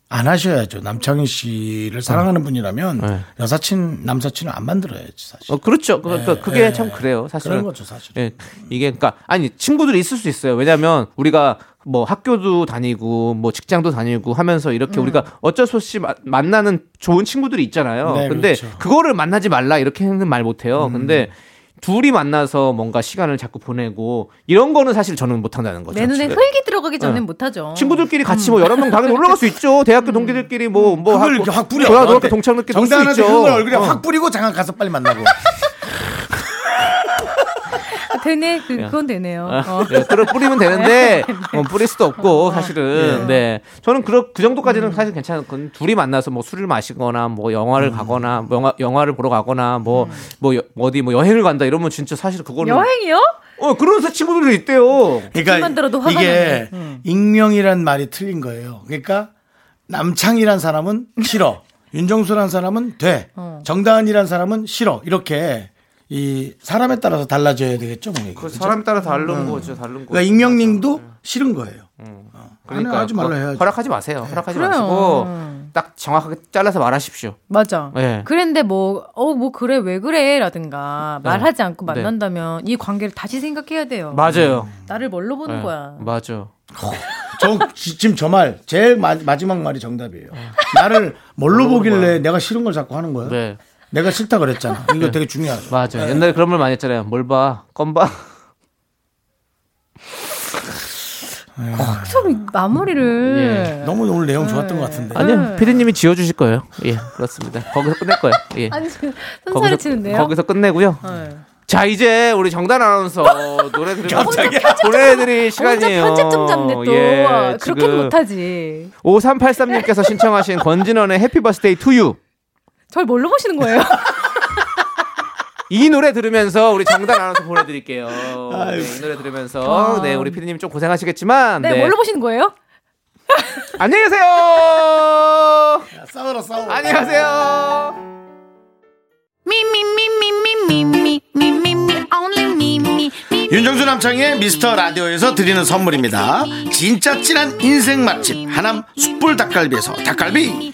Speaker 1: 안 하셔야죠. 남창희 씨를 사랑하는 분이라면 여사친, 남사친을 안 만들어야지 사실.
Speaker 2: 네. 어 그렇죠. 그러니까 그게
Speaker 1: 예.
Speaker 2: 참 그래요. 사실은
Speaker 1: 그런 거죠 사실.
Speaker 2: 예, 이게 그러니까 아니 친구들이 있을 수 있어요. 왜냐하면 우리가 뭐 학교도 다니고 뭐 직장도 다니고 하면서 이렇게
Speaker 1: 음.
Speaker 2: 우리가 어쩔 수 없이 마- 만나는 좋은 친구들이 있잖아요.
Speaker 1: 네,
Speaker 2: 근데
Speaker 1: 그렇죠. 음.
Speaker 2: 그거를 만나지 말라 이렇게는 말 못해요. 근데 둘이 만나서 뭔가 시간을 자꾸 보내고 이런 거는 사실 저는 못한다는 거죠.
Speaker 5: 내 눈에 음.
Speaker 2: 지금.
Speaker 5: 흙이 들어가기 전엔 못하죠.
Speaker 2: 친구들끼리 같이 뭐 여러 명 당연히 올라갈 수 있죠. 대학교 동기들끼리 뭐 뭐
Speaker 1: 음. 그걸 이렇게 확 뿌려.
Speaker 2: 고등학교
Speaker 1: 너한테.
Speaker 2: 동창들끼리 놀수 어.
Speaker 1: 정당한한테
Speaker 2: 있죠.
Speaker 1: 그걸 얼굴에
Speaker 2: 어.
Speaker 1: 확 뿌리고 장학 가서 빨리 만나고.
Speaker 5: 되네. 그, 그건 되네요. 어. 아, 예.
Speaker 2: 예, 뿌려 뿌리면 되는데 뭐 뿌릴 수도 없고 사실은 네 저는 그, 그 정도까지는 사실 괜찮은 둘이 만나서 뭐 술을 마시거나 뭐 영화를
Speaker 5: 음.
Speaker 2: 가거나 뭐 영화 영화를 보러 가거나 뭐 뭐 어디 뭐 여행을 간다 이러면 진짜 사실 그거는
Speaker 5: 여행이요?
Speaker 2: 어 그런 사- 친구들도 있대요
Speaker 5: 듣기만 들어도 화가
Speaker 1: 그러니까 이게
Speaker 5: 나네. 음.
Speaker 1: 익명이란 말이 틀린 거예요. 그러니까 남창이란 사람은 싫어. 윤정수란 사람은 돼.
Speaker 5: 어.
Speaker 1: 정다은이란 사람은 싫어. 이렇게 이 사람에 따라서 달라져야 되겠죠, 뭐 이게.
Speaker 2: 그
Speaker 1: 그죠?
Speaker 2: 사람 따라 다른
Speaker 5: 음.
Speaker 2: 거죠 다른 거
Speaker 1: 그러니까 익명님도 싫은 거예요. 어. 아니, 하지 말라
Speaker 2: 음. 그러니까 그거
Speaker 1: 해야지.
Speaker 2: 허락하지 마세요 허락하지
Speaker 5: 그래요. 음.
Speaker 2: 마시고 딱 정확하게 잘라서 말하십시오
Speaker 5: 맞아.
Speaker 2: 예.
Speaker 5: 그랬는데 뭐, 어, 뭐, 그래, 왜 그래? 라든가
Speaker 2: 네.
Speaker 5: 말하지 않고 만난다면 이 관계를 다시 생각해야 돼요.
Speaker 2: 맞아요
Speaker 5: 나를 뭘로 보는
Speaker 2: 예,
Speaker 5: 음. 거야?
Speaker 2: 맞아
Speaker 1: 저 지- 지금 저 말 제일 마, 지막 말이 정답이에요. 나를 뭘로 보길래 내가 싫은 걸 자꾸 하는 거야?
Speaker 2: 어. 네
Speaker 1: 내가 싫다 그랬잖아. 이거 되게 중요하죠.
Speaker 2: 맞아. 옛날에 그런 말 많이 했잖아요. 뭘 봐? 껌 봐?
Speaker 5: 참, 마무리를.
Speaker 2: 예. 네.
Speaker 1: 너무 오늘 내용 좋았던 것 같은데.
Speaker 5: 네.
Speaker 2: 아니요. 피디님이 지어주실 거예요. 예, 그렇습니다. 거기서 끝낼 거예요. 예.
Speaker 5: 아니, 지금 선사를 치는데요? 네.
Speaker 2: 거기서 끝내고요. 자, 이제 우리 정단 아나운서 노래 들으면 보내드릴
Speaker 5: 아, 혼자
Speaker 2: 시간이에요.
Speaker 5: 편집 좀 잡네 또. 아,
Speaker 2: 예,
Speaker 5: 그렇게 는 못하지.
Speaker 2: 5383님께서 신청하신 권진원의 해피 버스데이 투유.
Speaker 5: 절 뭘로 보시는 거예요?
Speaker 2: 이 노래 들으면서 우리 정단 아나운서 보내드릴게요. 네, 이 노래 들으면서 네 우리 피디님 좀 고생하시겠지만
Speaker 5: 아. 네,
Speaker 2: 네.
Speaker 5: 뭘로 보시는 거예요?
Speaker 2: 안녕히 계세요.
Speaker 1: 싸우러 싸우러.
Speaker 2: 안녕하세요.
Speaker 1: 윤정수 남창의 미스터 라디오에서 드리는 선물입니다. 진짜 찐한 인생 맛집 하남 숯불 닭갈비에서 닭갈비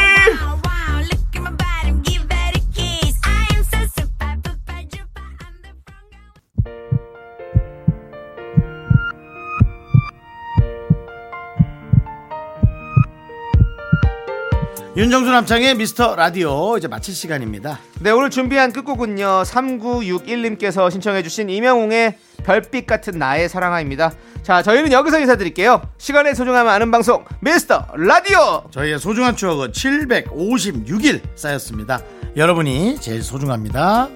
Speaker 1: 윤정수 남창의 미스터 라디오 이제 마칠 시간입니다.
Speaker 2: 네, 오늘 준비한 끝곡은요. 3961님께서 신청해주신 임영웅의 별빛 같은 나의 사랑아입니다. 자, 저희는 여기서 인사드릴게요. 시간의 소중함을 아는 방송, 미스터 라디오!
Speaker 1: 저희의 소중한 추억은 756일 쌓였습니다. 여러분이 제일 소중합니다.